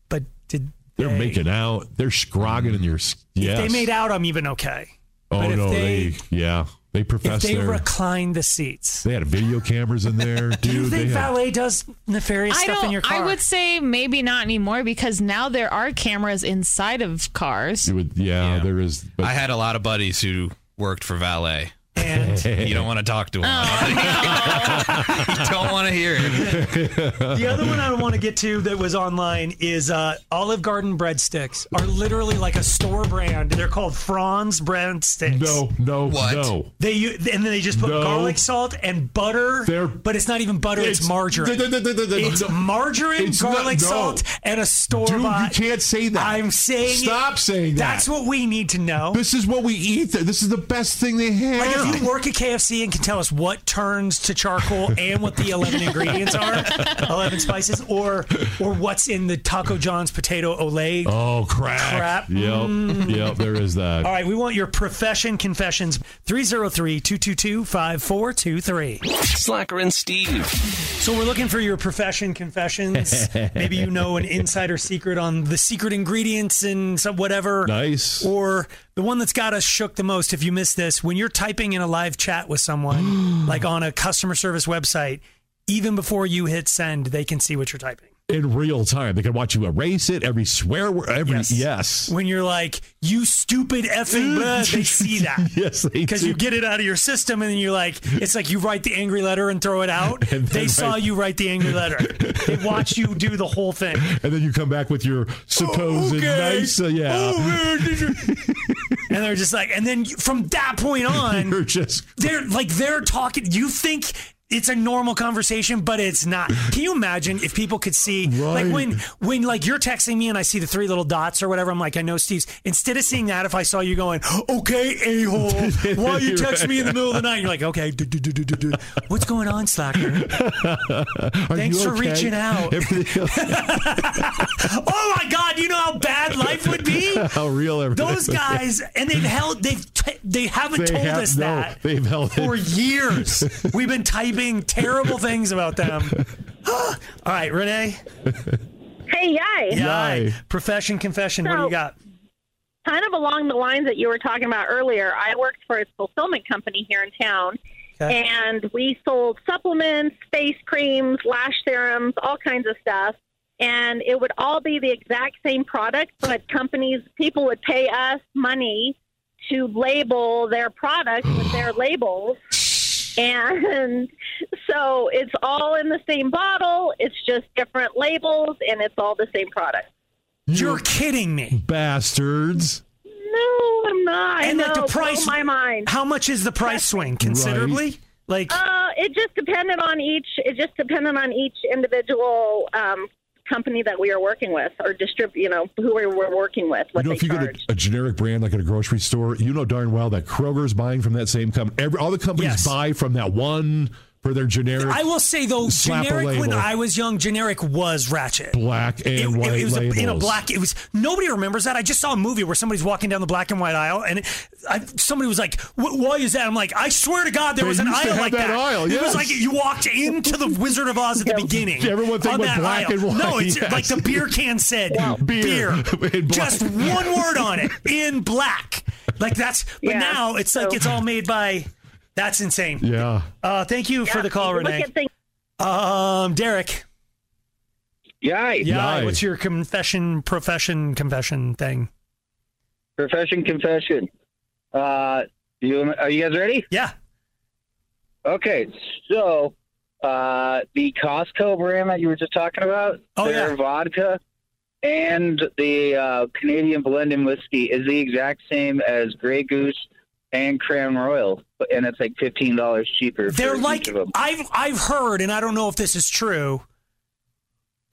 but did They're they- making out. They're scrogging in your. s- If Yes. they made out, I'm even okay. Oh but if no, they, they, yeah, they if profess they their. recline the seats, they had video cameras in there, dude. *laughs* do you they think had- valet does nefarious I stuff don't. in your car? I would say maybe not anymore because now there are cameras inside of cars. You would, yeah, there is. But I had a lot of buddies who worked for valet. And Oh. you don't want to talk to them. *laughs* you don't want to hear it. *laughs* the other one I want to get to that was online is uh, Olive Garden breadsticks are literally like a store brand. They're called Franz breadsticks. No, no, What? no. They u- and then they just put No. garlic salt and butter. but it's not even butter. It's, It's- margarine. d- d- d- d- d- it's no. margarine, It's not- garlic no. salt, and a store Dude, you bought- can't say that. I'm saying. Stop saying that. That's what we need to know. This is what we eat. This is the best thing they have. Like if you work at KFC and can tell us what turns to charcoal and *laughs* what the eleven ingredients are, eleven spices, or or what's in the Taco John's potato ole. Oh crap! Crap. Yep, Mm. yep. There is that. All right, we want your profession confessions 303-222-5423. Slacker and Steve. So we're looking for your profession confessions. *laughs* Maybe you know an insider secret on the secret ingredients and some whatever. Nice. Or the one that's got us shook the most if you missed this, when you're typing in a live chat *gasps* with someone, like on a customer service website, even before you hit send, they can see what you're typing. In real time, they can watch you erase it. Every swear word. Every yes. When you're like, you stupid *laughs* effing blah, they see that. *laughs* Yes, they Because do. you get it out of your system and then you're like, it's like you write the angry letter and throw it out. *laughs* And then They saw write- you write the angry letter. They watched you do the whole thing. And then you come back with your supposed okay. nice. uh, yeah. And they're just like, and then from that point *laughs* on, You're just they're like, they're talking. You think it's a normal conversation, but it's not. Can you imagine if people could see, like when, when like you're texting me and I see the three little dots or whatever, I'm like, I know Steve's. Instead of seeing that, if I saw you going, okay, a hole, *laughs* why you text me in the middle of the night? You're like, okay, du- du- du- du- du- du. what's going on, slacker? *laughs* Are Thanks you for okay? reaching out. Everything else- *laughs* oh my God, you know how bad life would be. *laughs* how real everything. Those guys, and they've held, they've, t- they haven't They told have- us no, that They've held it. for years. We've been typing terrible things about them. *gasps* All right, Renee. Hey, yay. Yay. Profession confession. what do So- you got? Kind of along the lines that you were talking about earlier, I worked for a fulfillment company here in town, Okay. and we sold supplements, face creams, lash serums, all kinds of stuff. And it would all be the exact same product, but companies, people would pay us money to label their product with *sighs* their labels. And so it's all in the same bottle, it's just different labels, and it's all the same product. You're kidding me. Bastards. No, I'm not. And no, like the blow price, my mind. How much is the price swing? Considerably. Like Uh, it just depended on each. It just depended on each individual um, company that we are working with, or distrib. You know, who we were working with. What you know, they if you charge. go to a generic brand like at a grocery store, you know darn well that Kroger's buying from that same company. Every, all the companies buy from that one for their generic. I will say though, slap a generic when label. I was young, generic was ratchet. black and It, it- white it was a, in a labels. black. It was nobody remembers that. I just saw a movie where somebody's walking down the black and white aisle, and I, somebody was like, "Wh- "Why is that?" I'm like, "I swear to God, there They was an used to aisle have like that that." aisle, It was yes. like you walked into the Wizard of Oz at the beginning. Everyone think on with that black aisle. and white, No, it's yes. like the beer can said *laughs* Beer. *laughs* In black. Just one word on it in black. Like that's. But Yeah, now it's like so- it's all made by. That's insane. Yeah. Uh, thank you for the call, look Renee. at things- Um, Derek. Yay. Yeah. What's your confession, profession, confession thing? Profession confession. Uh, you are you guys ready? Yeah. Okay, so uh, the Costco brand that you were just talking about, Oh, their yeah. vodka and the uh, Canadian blend and whiskey is the exact same as Grey Goose and Crown Royal, but- and it's like fifteen dollars cheaper. They're for like each of them. I've I've heard, and I don't know if this is true.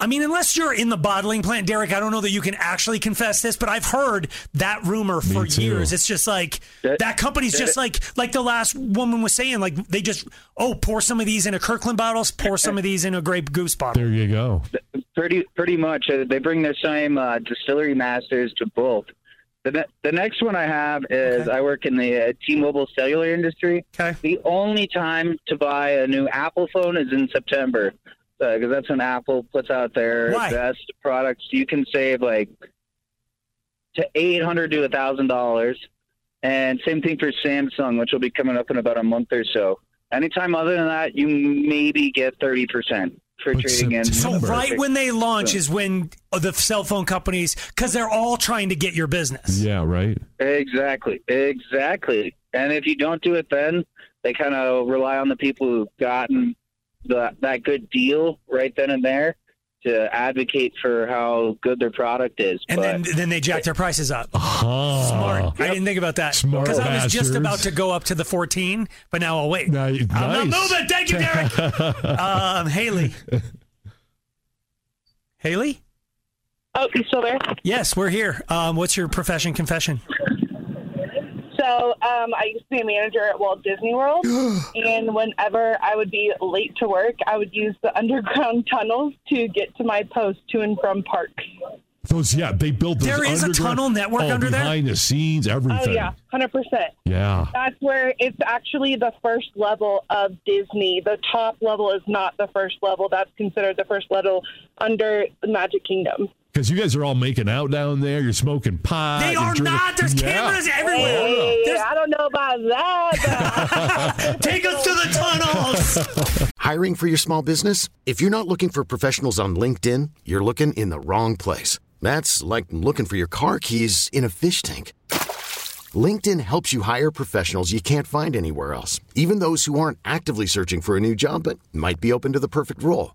I mean, unless you're in the bottling plant, Derek, I don't know that you can actually confess this, but I've heard that rumor for too. years. It's just like that, That- company's just that- like like the last woman was saying, like they just oh pour some of these into Kirkland bottles, pour some of these in a Grape Goose bottle. There you go. pretty pretty much. Uh, They bring the same uh, distillery masters to both. The, ne- the next one I have is I work in the uh, T-Mobile cellular industry. Okay. The only time to buy a new Apple phone is in September because that's when Apple puts out their Why? best products. You can save like to eight hundred to a thousand dollars. And same thing for Samsung, which will be coming up in about a month or so. Anytime other than that, you maybe get 30% for trading in. So perfect- right when they launch So- is when uh, the cell phone companies, because they're all trying to get your business. Yeah, right. Exactly. Exactly. And if you don't do it then, they kind of rely on the people who've gotten the, that good deal right then and there to advocate for how good their product is. And then, then they jack their prices up. Smart. I didn't think about that. Smart Because I was just bastards. about to go up to the 14, but now I'll wait. I'm not nice. moving. Thank you, Derek. um, Haley. Haley? Oh, you still there? Yes, we're here. Um, what's your profession confession? So um, I used to be a manager at Walt Disney World, and whenever I would be late to work, I would use the underground *laughs* tunnels to get to my post to and from parks. Oh, Those, yeah, they built those There is a underground- tunnel network oh, under there? behind the scenes, everything. Oh yeah, hundred percent. Yeah. That's where it's actually the first level of Disney. The top level is not the first level. That's considered the first level under the Magic Kingdom. Because you guys are all mamaking out down there. You're smoking pot. They you're are drinking- not. There's Yeah. cameras everywhere. Hey, I don't know about that. *laughs* Take us to the tunnels. Hiring for your small business? If you're not looking for professionals on LinkedIn, you're looking in the wrong place. That's like looking for your car keys in a fish tank. LinkedIn helps you hire professionals you can't find anywhere else, even those who aren't actively searching for a new job but might be open to the perfect role.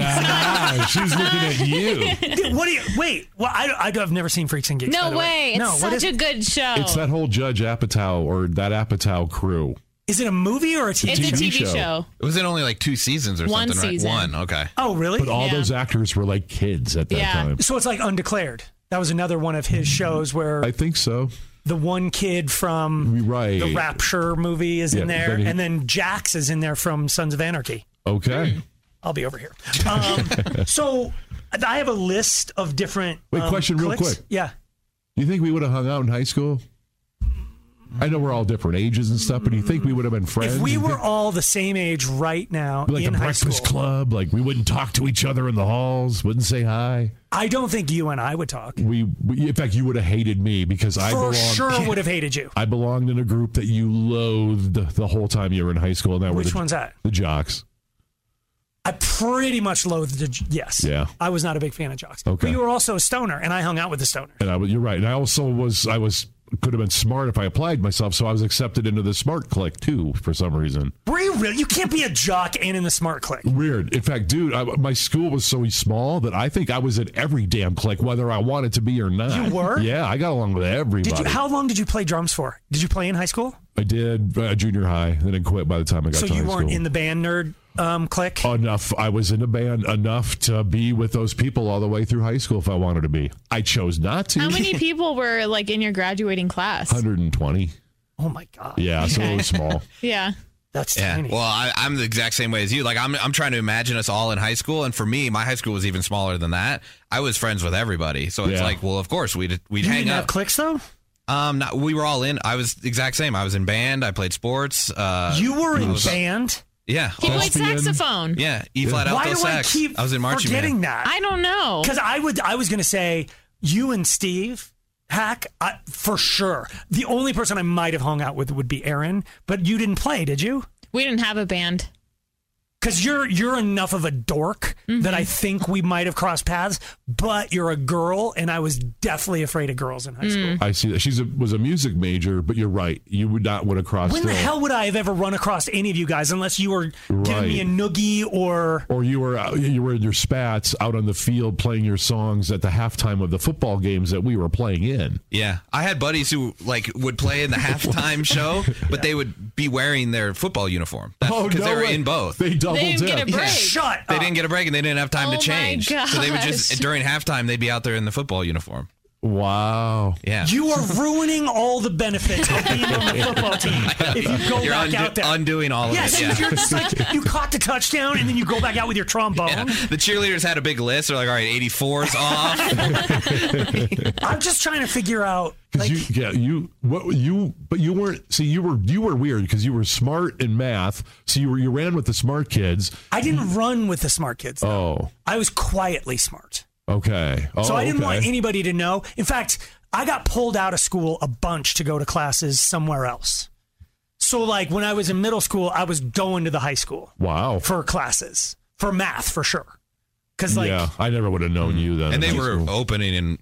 Ah, *laughs* she's looking at *laughs* you. Dude, what do you wait? Well, I, have never seen Freaks and Geeks. by No the way! It's No, what such is a good show. It's that whole Judge Apatow or that Apatow crew. Is it a movie or a TV? It's a TV show. show. It was in only like two seasons or One something, right? season. One, okay. Oh, really? But all those actors were like kids at that time. So it's like undeclared. That was another one of his shows where I think so. the one kid from Right. the Rapture movie is Yeah, in there, then he- and then Jax is in there from Sons of Anarchy. Okay. I'll be over here. *laughs* Um, so I have a list of different. Wait, um, question real clicks. quick. Yeah. Do you think we would have hung out in high school? I know we're all different ages and stuff, but do you think we would have been friends? If we You were think- all the same age right now like in a high breakfast school, club, like we wouldn't talk to each other in the halls, wouldn't say hi. I don't think you and I would talk. We, we in fact, you would have hated me because I For belonged, *laughs* sure would have hated you. I belonged in a group that you loathed the whole time you were in high school, and that were Which the- one's that? The jocks. I pretty much loathed the yes. Yeah. I was not a big fan of jocks. Okay. But you were also a stoner, and I hung out with the stoner. And I, was- you're right. And I also was, I was, could have been smart if I applied myself. So I was accepted into the smart clique too for some reason. Were you real? You can't be a jock and in the smart click. Weird. In fact, dude, I, my school was so small that I think I was at every damn clique, whether I wanted to be or not. You were? Yeah, I got along with everybody. Did you? How long did you play drums for? Did you play in high school? I did uh, junior high, then I quit by the time I got so to you high weren't school. in the band nerd um, click. enough. I was in a band enough to be with those people all the way through high school if I wanted to be. I chose not to. How *laughs* *laughs* many people were like in your graduating class? 120. Oh my god. Yeah, so it was Okay. small. Yeah. That's yeah. Well, I, I'm the exact same way as you. Like, I'm I'm trying to imagine us all in high school, and for me, my high school was even smaller than that. I was friends with everybody, so it's Yeah. like, well, of course we'd we'd you hang didn't out. have clicks though. um, not, we were all in. I was the exact same. I was in band. I played sports. Uh, you were I in was- band. Yeah, He played saxophone. Yeah, E flat Why alto do sax. I keep was in marching forgetting band. that? I don't know. Because I would, I was going to say you and Steve Hack I, for sure. The only person I might have hung out with would be Aaron, but you didn't play, did you? We didn't have a band. because you're you're enough of a dork Mm-hmm. that I think we might have crossed paths. But you're a girl, and I was definitely afraid of girls in high school. I see that she's a, was a music major, but you're right. You would not would have crossed. When the hell would I have ever run across any of you guys unless you were giving me a Right. noogie or Or you were out, you were in your spats out on the field playing your songs at the halftime of the football games that we were playing in. Yeah, I had buddies who like would *laughs* play in the halftime show, but they would be wearing their football uniform. That's Oh, because no they were way. in both. They double They didn't get a dipped. break. Shut. They didn't get a break, and they didn't have time Oh, my to change. So they would gosh. just during halftime they'd be out there in the football uniform. Wow. Yeah. *laughs* You are ruining all the benefits of being on the football *laughs* team if you go You're back undo- out there. undoing all of yes, it. Yeah. you're just *laughs* like you caught the touchdown and then you go back out with your trombone. The cheerleaders had a big list. They're like, all right, *laughs* 84's off. *laughs* I'm just trying to figure out. Because you, yeah, you, what you, but you weren't. See, you were, you were weird because you were smart in math. So you were, you ran with the smart kids. I didn't run with the smart kids. Oh, I was quietly smart. okay. Oh, so I didn't okay. want anybody to know. In fact, I got pulled out of school a bunch to go to classes somewhere else. So like when I was in middle school, I was going to the high school Wow. Oh. for classes for math for sure. Cuz like Mm. yeah, I never would have known you then. and they in high were school. opening and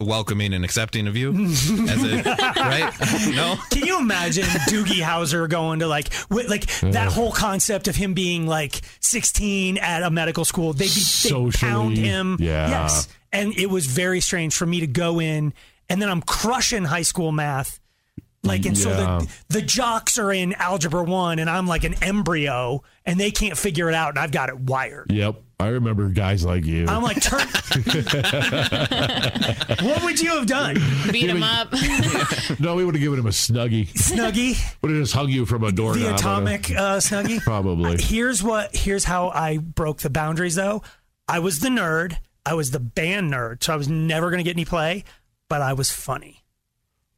welcoming and accepting of you. as a, right? *laughs* No? Can you imagine Doogie Howser going to like wi- like that whole concept of him being like 16 at a medical school? They be they Socially, pound him. yeah. Yes. And it was very strange for me to go in and then I'm crushing high school math. Like and so Yeah. the the jocks are in algebra 1 and I'm like an embryo and they can't figure it out and I've got it wired. Yep, I remember guys like you. I'm *laughs* like *laughs* turn what would you have done? Beat him *laughs* up. no, we would have given him a snuggie. Snuggie? Would have just hung you from a door. the atomic uh, snuggie. Probably. Here's what. Here's how I broke the boundaries, though. I was the nerd. I was the band nerd, so I was never going to get any play. But I was funny.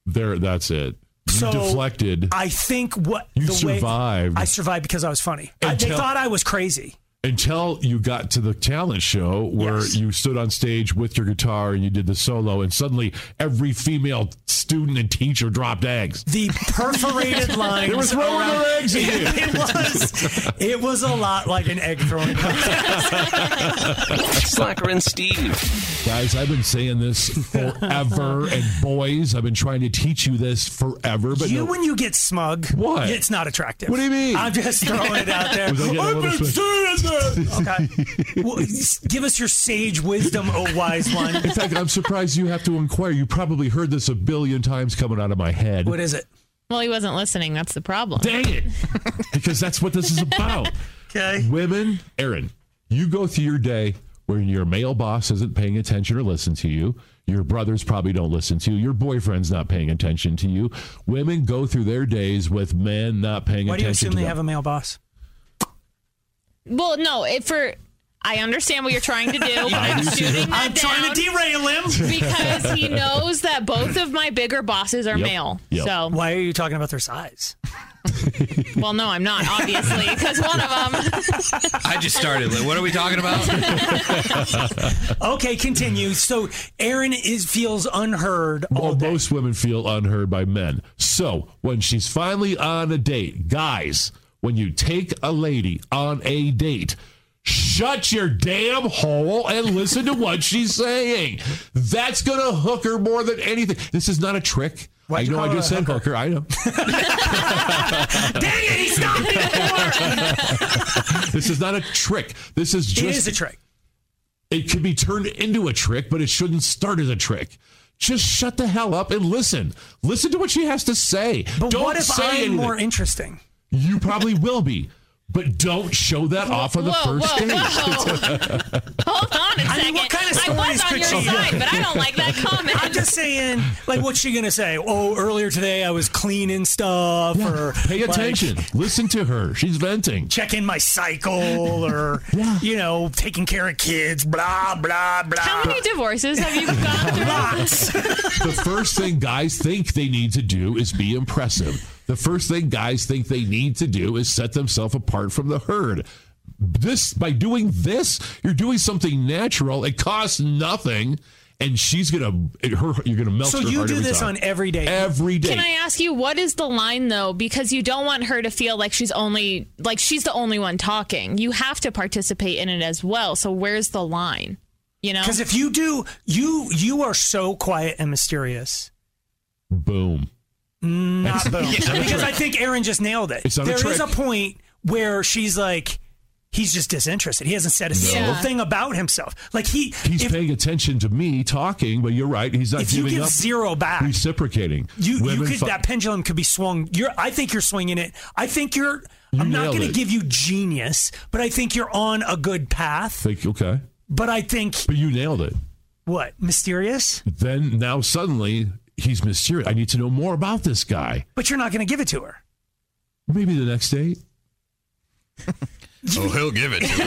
There, that's it. You So deflected I think what You the survived. Way, I survived because I was funny. I, they Until- thought I was crazy. until you got to the talent show where you stood on stage with your guitar and you did the solo, and suddenly every female student and teacher dropped eggs. *laughs* The perforated lines. They were throwing around- their eggs at you. *laughs* It was. It was a lot like an egg throwing contest. *laughs* Slacker and Steve. Guys, I've been saying this *laughs* forever, and boys, I've been trying to teach you this forever. But you, no- when you get smug, What? It's not attractive. What do you mean? I'm just throwing it out there. *laughs* Was I getting a little sm- *laughs* Okay. Well, s- give us your sage wisdom, oh wise *laughs* one. In fact, I'm surprised you have to inquire. You probably heard this a billion times coming out of my head. What is it? Well, he wasn't listening. That's the problem. Dang it. because that's what this is about. *laughs* Okay. Women, Aaron, you go through your day where your male boss isn't paying attention or listen to you. Your brothers probably don't listen to you. Your boyfriend's not paying attention to you. Women go through their days with men not paying Why do you attention assume to they them. have a male boss? Well, no, it for I understand what you're trying *laughs* to do, but I'm shooting that I'm trying to down derail him because *laughs* he knows that both of my bigger bosses are male. So, why are you talking about their size? well, no, I'm not obviously because one of *laughs* them. I just started. Like, what are we talking about? Okay, continue. *laughs* So Aaron is feels unheard. Well, most women feel unheard by men. So when she's finally on a date, guys, when you take a lady on a date, shut your damn hole and listen to what she's saying. That's gonna hook her more than anything. This is not a trick. Why'd I you know I call just her a *laughs* said hooker. I know. *laughs* *laughs* Dang it! He stopped me before. this is not a trick. This is just it is a trick. It could be turned into a trick, but it shouldn't start as a trick. Just shut the hell up and listen. Listen to what she has to say. But Don't what if say I'm anything. more interesting? You probably will be, but don't show that off on the Whoa, first whoa, date. whoa. Hold on a second. I mean, what kind of I was stories on could your she side, get? but I don't like that comment. I'm just saying, like, what's she gonna say? Oh, earlier today I was cleaning stuff, or Pay like, attention. *laughs* Listen to her. She's venting. checking my *laughs* cycle, or you know, taking care of kids. Blah blah blah. How many divorces have you *laughs* gone through? Lots. *laughs* The first thing guys think they need to do is be impressive. The first thing guys think they need to do is set themselves apart from the herd. This by doing this, you're doing something natural. It costs nothing. and she's gonna her you're gonna melt. So her you heart do every this time. on every day. Every day. Can I ask you what is the line though? Because you don't want her to feel like she's only like she's the only one talking. You have to participate in it as well. So where's the line? You know, Because if you do, you you are so quiet and mysterious. Boom. Not That's- boom. Yes, I'm because trick. I think Aaron just nailed it. It's There not a is trick. point where she's like, he's just disinterested. He hasn't said a No. single Yeah. thing about himself. Like he, He's paying attention to me talking, but you're right. He's not if you giving give up. zero back, reciprocating. you, you Women could fi- that pendulum could be swung. You're, I think you're swinging it. I think you're. I'm not nailed going it. to give you genius, but I think you're on a good path. Think okay, but I think. But you nailed it. What mysterious? Then now suddenly he's mysterious. I need to know more about this guy. But you're not going to give it to her. Maybe the next *laughs* date. Oh, he'll give it to T,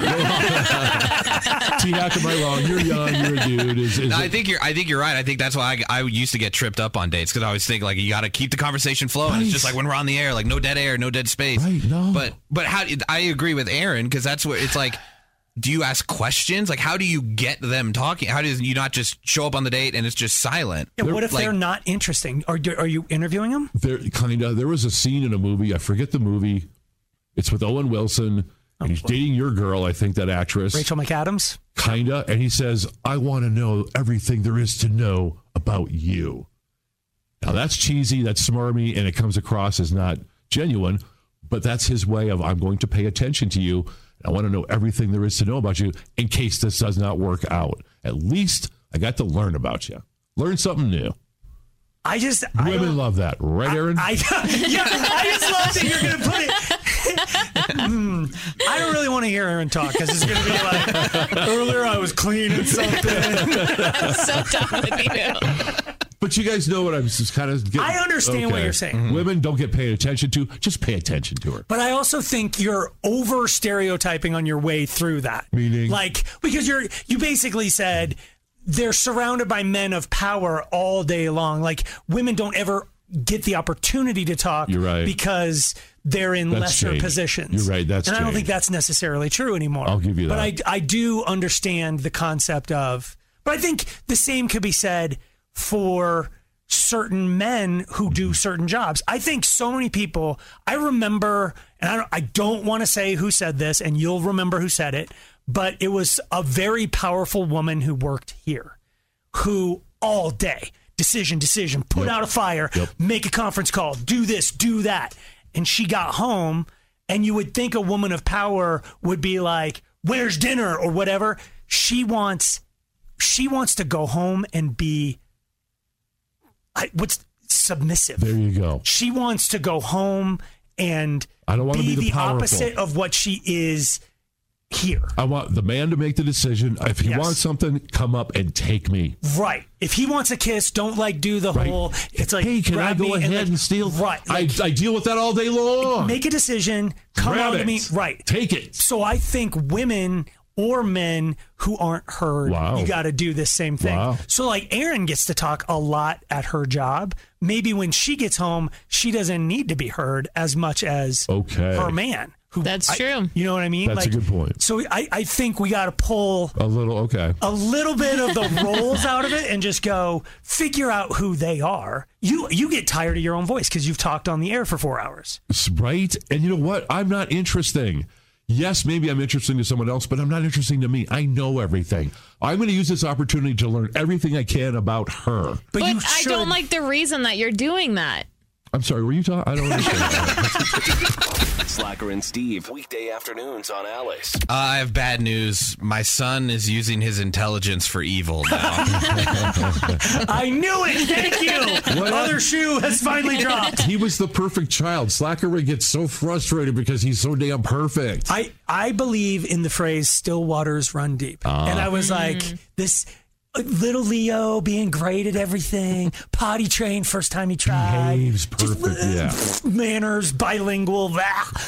how come I wrong? You're young. You're a dude. *laughs* Is, is No, I it- think you're. I think you're right. I think that's why I, I used to get tripped up on dates because I always think like you got to keep the conversation flowing. It's just like when we're on the air, like no dead air, no dead space. Right. No. But but how I agree with Aaron because that's where it's like. Do you ask questions? Like, how do you get them talking? How does you not just show up on the date and it's just silent? Yeah, what if *laughs* Like, they're not interesting? Are are you interviewing them? There, kind of. There was a scene in a movie. I forget the movie. It's with Owen Wilson, and he's dating your girl. I think that actress, Oh, Rachel McAdams. Kinda, and he says, "I want to know everything there is to know about you." Now that's cheesy, that's smarmy, and it comes across as not genuine. But that's his way of I'm going to pay attention to you. I want to know everything there is to know about you in case this does not work out. At least I got to learn about you, learn something new. I just women love that, right, Aaron? I *laughs* *laughs* yeah, I just love that you're gonna put it. *laughs* Hmm, I don't really want to hear Aaron talk because it's gonna be like earlier I was cleaning *laughs* something. so done with you. *laughs* But you guys know what I'm just kind of. Getting. I understand what you're saying. Mhm. Women don't get paid attention to. Just pay attention to her. But I also think you're over stereotyping on your way through that. Meaning? like because you're you basically said they're surrounded by men of power all day long. Like women don't ever get the opportunity to talk You're right. because they're in That's lesser changed. positions. You're right, that's and I don't changed. think that's necessarily true anymore. I'll give you But I I do understand the concept of but I think the same could be said for certain men who Mm-hmm. do certain jobs. I think so many people, I remember, and I don't, I don't want to say who said this, and you'll remember who said it, but it was a very powerful woman who worked here who all day decision, decision, put out a fire, make a conference call, do this, do that. And she got home, and you would think a woman of power would be like, Where's dinner or whatever? She wants she wants to go home and be I, what's submissive. There you go. She wants to go home and I don't want to be the the powerful. opposite of what she is here. I want the man to make the decision. If he Yes. wants something, come up and take me. Right. If he wants a kiss, don't like do the whole. It's like Hey, can I grab go me ahead and, like, steal? Right. I, I deal with that all day long. Make a decision. Come Grab on to it. me. Right. Take it. So I think women or men who aren't heard, Wow. you got to do this same thing. Wow. So like Erin gets to talk a lot at her job. Maybe when she gets home, she doesn't need to be heard as much as Okay. her man. Who That's I- true. You know what I mean? That's a good point. So I, I think we got to pull A little Oh, okay. a little bit of the roles out of it and just go figure out who they are. You you get tired of your own voice because you've talked on the air for four hours. *laughs* S- Right? And you know what? I'm not interesting. Yes, maybe I'm interesting to someone else, but I'm not interesting to me. I know everything. I'm going to use this opportunity to learn everything I can about her. But, I don't like the reason that you're doing that. I'm sorry, were you talking? I don't understand. Slacker and Steve. Weekday afternoons on *laughs* Alice. Uh, I have bad news. My son is using his intelligence for evil now. *laughs* I knew it. Thank you. What Other happened? shoe has finally dropped. He was the perfect child. Slacker would get so frustrated because he's so damn perfect. I I believe in the phrase "still waters run deep," Ah. and I was like this. uh, Little Leo being great at everything, potty trained first time he tried, He's perfect. Yeah. manners, bilingual. blah.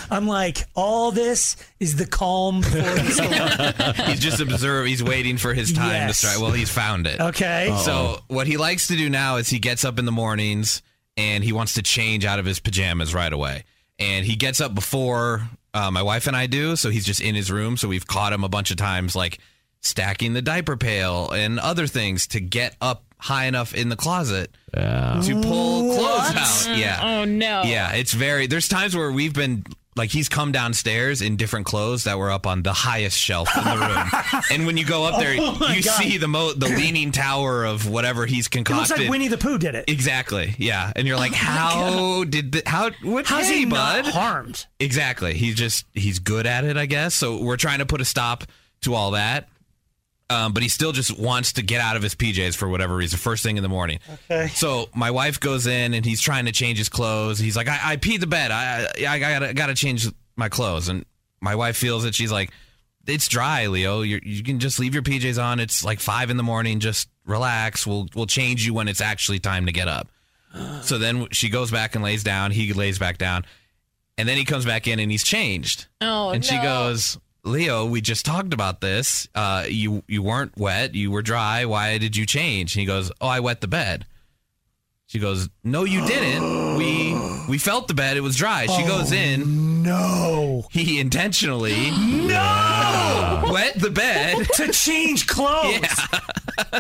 I'm like, all this is the calm before the *laughs* storm. he's just observed. He's waiting for his time Yes. to strike. Well, he's found it. Okay. Uh-oh. So what he likes to do now is he gets up in the mornings and he wants to change out of his pajamas right away. And he gets up before uh, my wife and I do. So he's just in his room. So we've caught him a bunch of times, like stacking the diaper pail and other things to get up high enough in the closet to pull What? clothes out. Yeah. Oh no. Yeah, it's very. There's times where we've been like he's come downstairs in different clothes that were up on the highest shelf in the *laughs* room, and when you go up there, Oh, my you God. see the mo the leaning tower of whatever he's It looks concocted. like Winnie the Pooh did it. Oh Exactly. Yeah, and you're like, how did the, how what? How's hey, he bud? not harmed? Exactly. He's just he's good at it, I guess. So we're trying to put a stop to all that. Um, but he still just wants to get out of his PJs for whatever reason, first thing in the morning. Okay. So my wife goes in and he's trying to change his clothes. He's like, I, I peed the bed. I, I, I gotta gotta change my clothes. And my wife feels it. She's like, It's dry, Leo. you you can just leave your PJs on. It's like five in the morning. Just relax. We'll we'll change you when it's actually time to get up. So then she goes back and lays down. He lays back down. And then he comes back in and he's changed. Oh, and she no. goes, Leo, we just talked about this. Uh, you you weren't wet. You were dry. Why did you change? And he goes, Oh, I wet the bed. She goes, No, you didn't. we we felt the bed. It was dry. She goes in. Oh, No. He intentionally No. wet the bed *laughs* to change clothes. Oh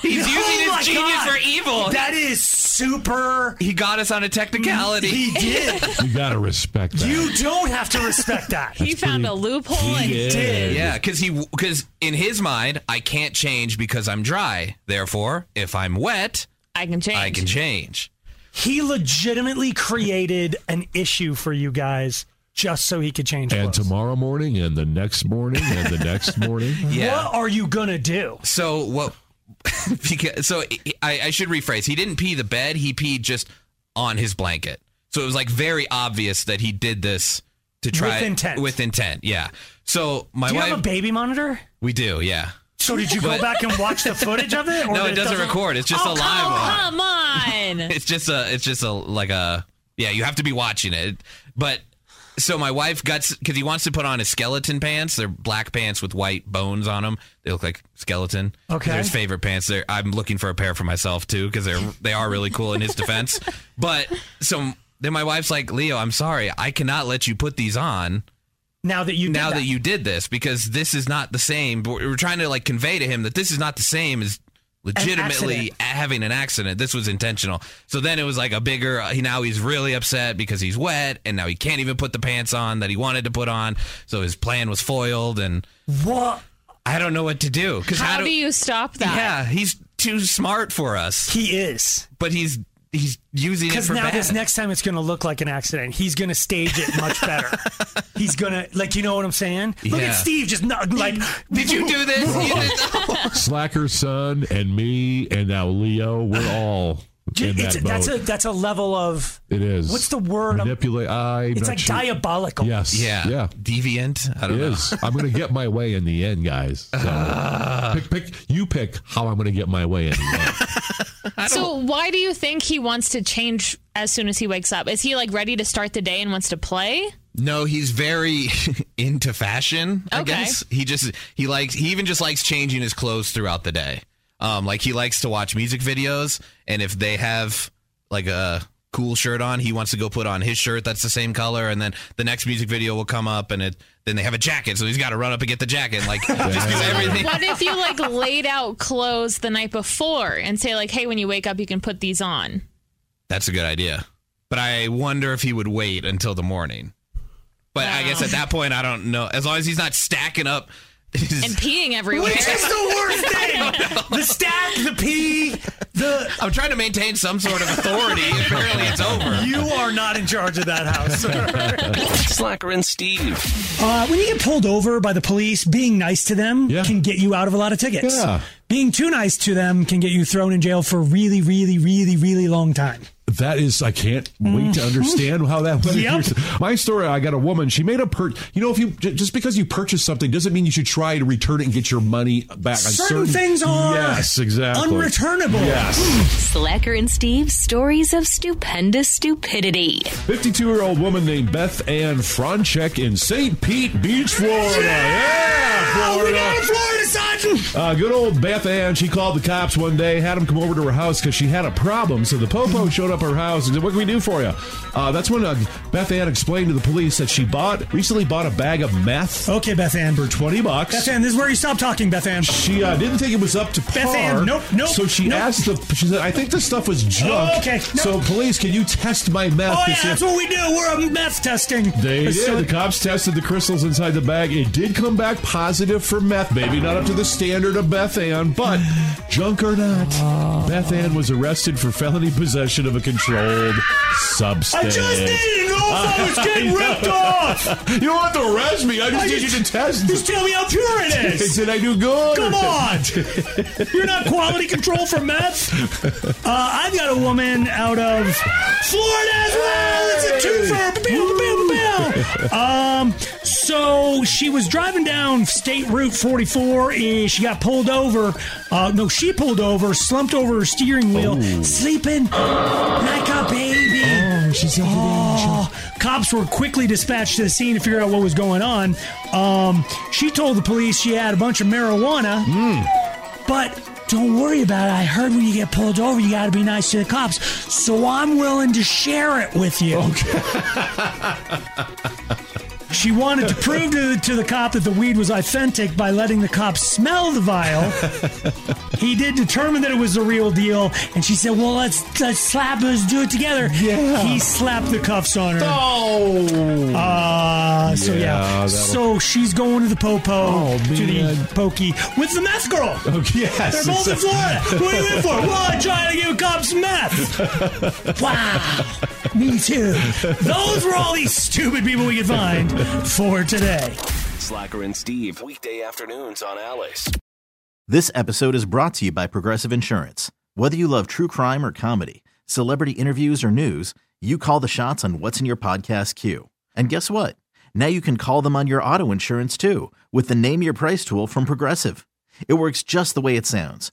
He's using his my genius God. for evil. That is super. He got us on a technicality. He did. *laughs* You gotta respect that. you don't have to respect that. *laughs* He found a loophole and Yeah. did. Yeah, because he because in his mind, I can't change because I'm dry. Therefore, if I'm wet, I can change. I can change. He legitimately created an issue for you guys just so he could change and clothes. tomorrow morning, and the next morning, and the *laughs* next morning. What are you gonna do? So what? *laughs* because so I, I should rephrase. He didn't pee the bed. He peed just on his blanket. So it was like very obvious that he did this to try With intent. With intent, yeah. So my do you wife, have a baby monitor? we do, yeah. So did you But- go back and watch the footage of it? No, did it doesn't record. It's just Oh, a come live one. Come on. *laughs* it's just a it's just a like a yeah you have to be watching it but so my wife got because he wants to put on his skeleton pants they're black pants with white bones on them they look like skeleton Okay. they're his favorite pants they're i'm looking for a pair for myself too because they're they are really cool in *laughs* his defense but so then my wife's like leo i'm sorry i cannot let you put these on Now that you now that. you did this because this is not the same but we're trying to like convey to him that this is not the same as legitimately accident. a- having an accident this was intentional so then it was like a bigger uh, he now he's really upset because he's wet and now he can't even put the pants on that he wanted to put on so his plan was foiled and what i don't know what to do because How do you stop that? yeah he's too smart for us he is but he's he's using it Because for now bad. this next time it's going to look like an accident. He's going to stage it *laughs* much better. He's going to, like, you know what I'm saying? Look Yeah. at Steve just not, like, did you do this? *laughs* You didn't know. Slacker son and me and now Leo, we're all in that It's, boat. that's a that's a level of it is. what's the word? I'm- Manipulate. I. it's like diabolical. Yes. Yeah. Yeah. Deviant. I don't It know. is. I'm going to get my way in the end, guys. So Ah. pick, pick. You pick how I'm going to get my way in the end. So why do you think he wants to change as soon as he wakes up? Is he like ready to start the day and wants to *laughs* play? No, he's very *laughs* into fashion. I Okay. guess he just he likes he even just likes changing his clothes throughout the day. Um, like he likes to watch music videos, and if they have like a cool shirt on, he wants to go put on his shirt that's the same color, and then the next music video will come up, and it then they have a jacket, so he's got to run up and get the jacket, and like just do everything. What if you like laid out clothes the night before and say like, "Hey, when you wake up, you can put these *laughs* on." That's a good idea, but I wonder if he would wait until the morning. But I guess at that point, I don't know. As long as he's not stacking up his And peeing everywhere. Which is the *laughs* worst thing. *laughs* the stack, the pee, the. I'm trying to maintain some sort of authority. and Apparently, it's over. You are not in charge of that house. Slacker and Steve. Uh, when you get pulled over by the police, being nice to them can get you out of a lot of tickets. Yeah. Being too nice to them can get you thrown in jail for a really, really, really, really long time. That is, I can't wait to understand how that. Yep. My story: I got a woman. She made a per. You know, if you j- just because you purchase something doesn't mean you should try to return it and get your money back. on Certain things are yes, exactly unreturnable. Yes. Slacker and Steve's stories of stupendous stupidity. 52 year old woman named Beth Ann Franchek in St. Pete Beach, Florida. Yeah, Florida. Florida side imagine? Uh, good old Beth Ann, she called the cops one day, had them come over to her house because she had a problem. So the popo showed up at her house and said, "What can we do for you?" Uh, that's when uh, Beth Ann explained to the police that she bought recently bought a bag of meth. Okay, Beth Ann, for twenty bucks. Beth Ann, this is where you stop talking, Beth Ann. She uh, didn't think it was up to par. Beth Ann, nope, nope. So she nope. asked the. She said, "I think this stuff was junk." Oh, okay, no. So police, can you test my meth? Oh, to yeah, see if- that's what we do. We're a meth testing. They did. So- the cops tested the crystals inside the bag. It did come back positive for meth, maybe not up to the standard of Beth Ann, but junk or not, Beth Ann was arrested for felony possession of a controlled substance. I just didn't know if I *laughs* was getting ripped off. You don't have to arrest me. I just need you to test. Just tell me how pure it is. Did I do good? Come on. *laughs* You're not quality control for meth. Uh, I've got a woman out of Florida as well. It's a twofer. Ba-bow, ba-bow, ba-bow. Um, so she was driving down State Route 44. And she got pulled over. Uh, no, she pulled over, slumped over her steering wheel, sleeping like a baby. Oh, she's Cops were quickly dispatched to the scene to figure out what was going on. Um, she told the police she had a bunch of marijuana. But don't worry about it. I heard when you get pulled over, you got to be nice to the cops. So I'm willing to share it with you. Okay. *laughs* she wanted to prove to the, to the cop that the weed was authentic by letting the cop smell the vial. he did determine that it was the real deal, and she said, "Well, let's let's slap. Let's do it together." Yeah. He slapped the cuffs on her. Oh. Uh, so Yeah, yeah. that'll- So she's going to the popo Oh, to the man. pokey with the meth girl. Oh, yes. They're both in Florida. What are you in for? Well, I'm trying to give *laughs* cops meth. Wow. Me too. Those were all these stupid people we could find for today. Slacker and Steve, weekday afternoons on Alice. This episode is brought to you by Progressive Insurance. Whether you love true crime or comedy, celebrity interviews or news, you call the shots on what's in your podcast queue. And guess what? Now you can call them on your auto insurance too with the Name Your Price tool from Progressive. It works just the way it sounds.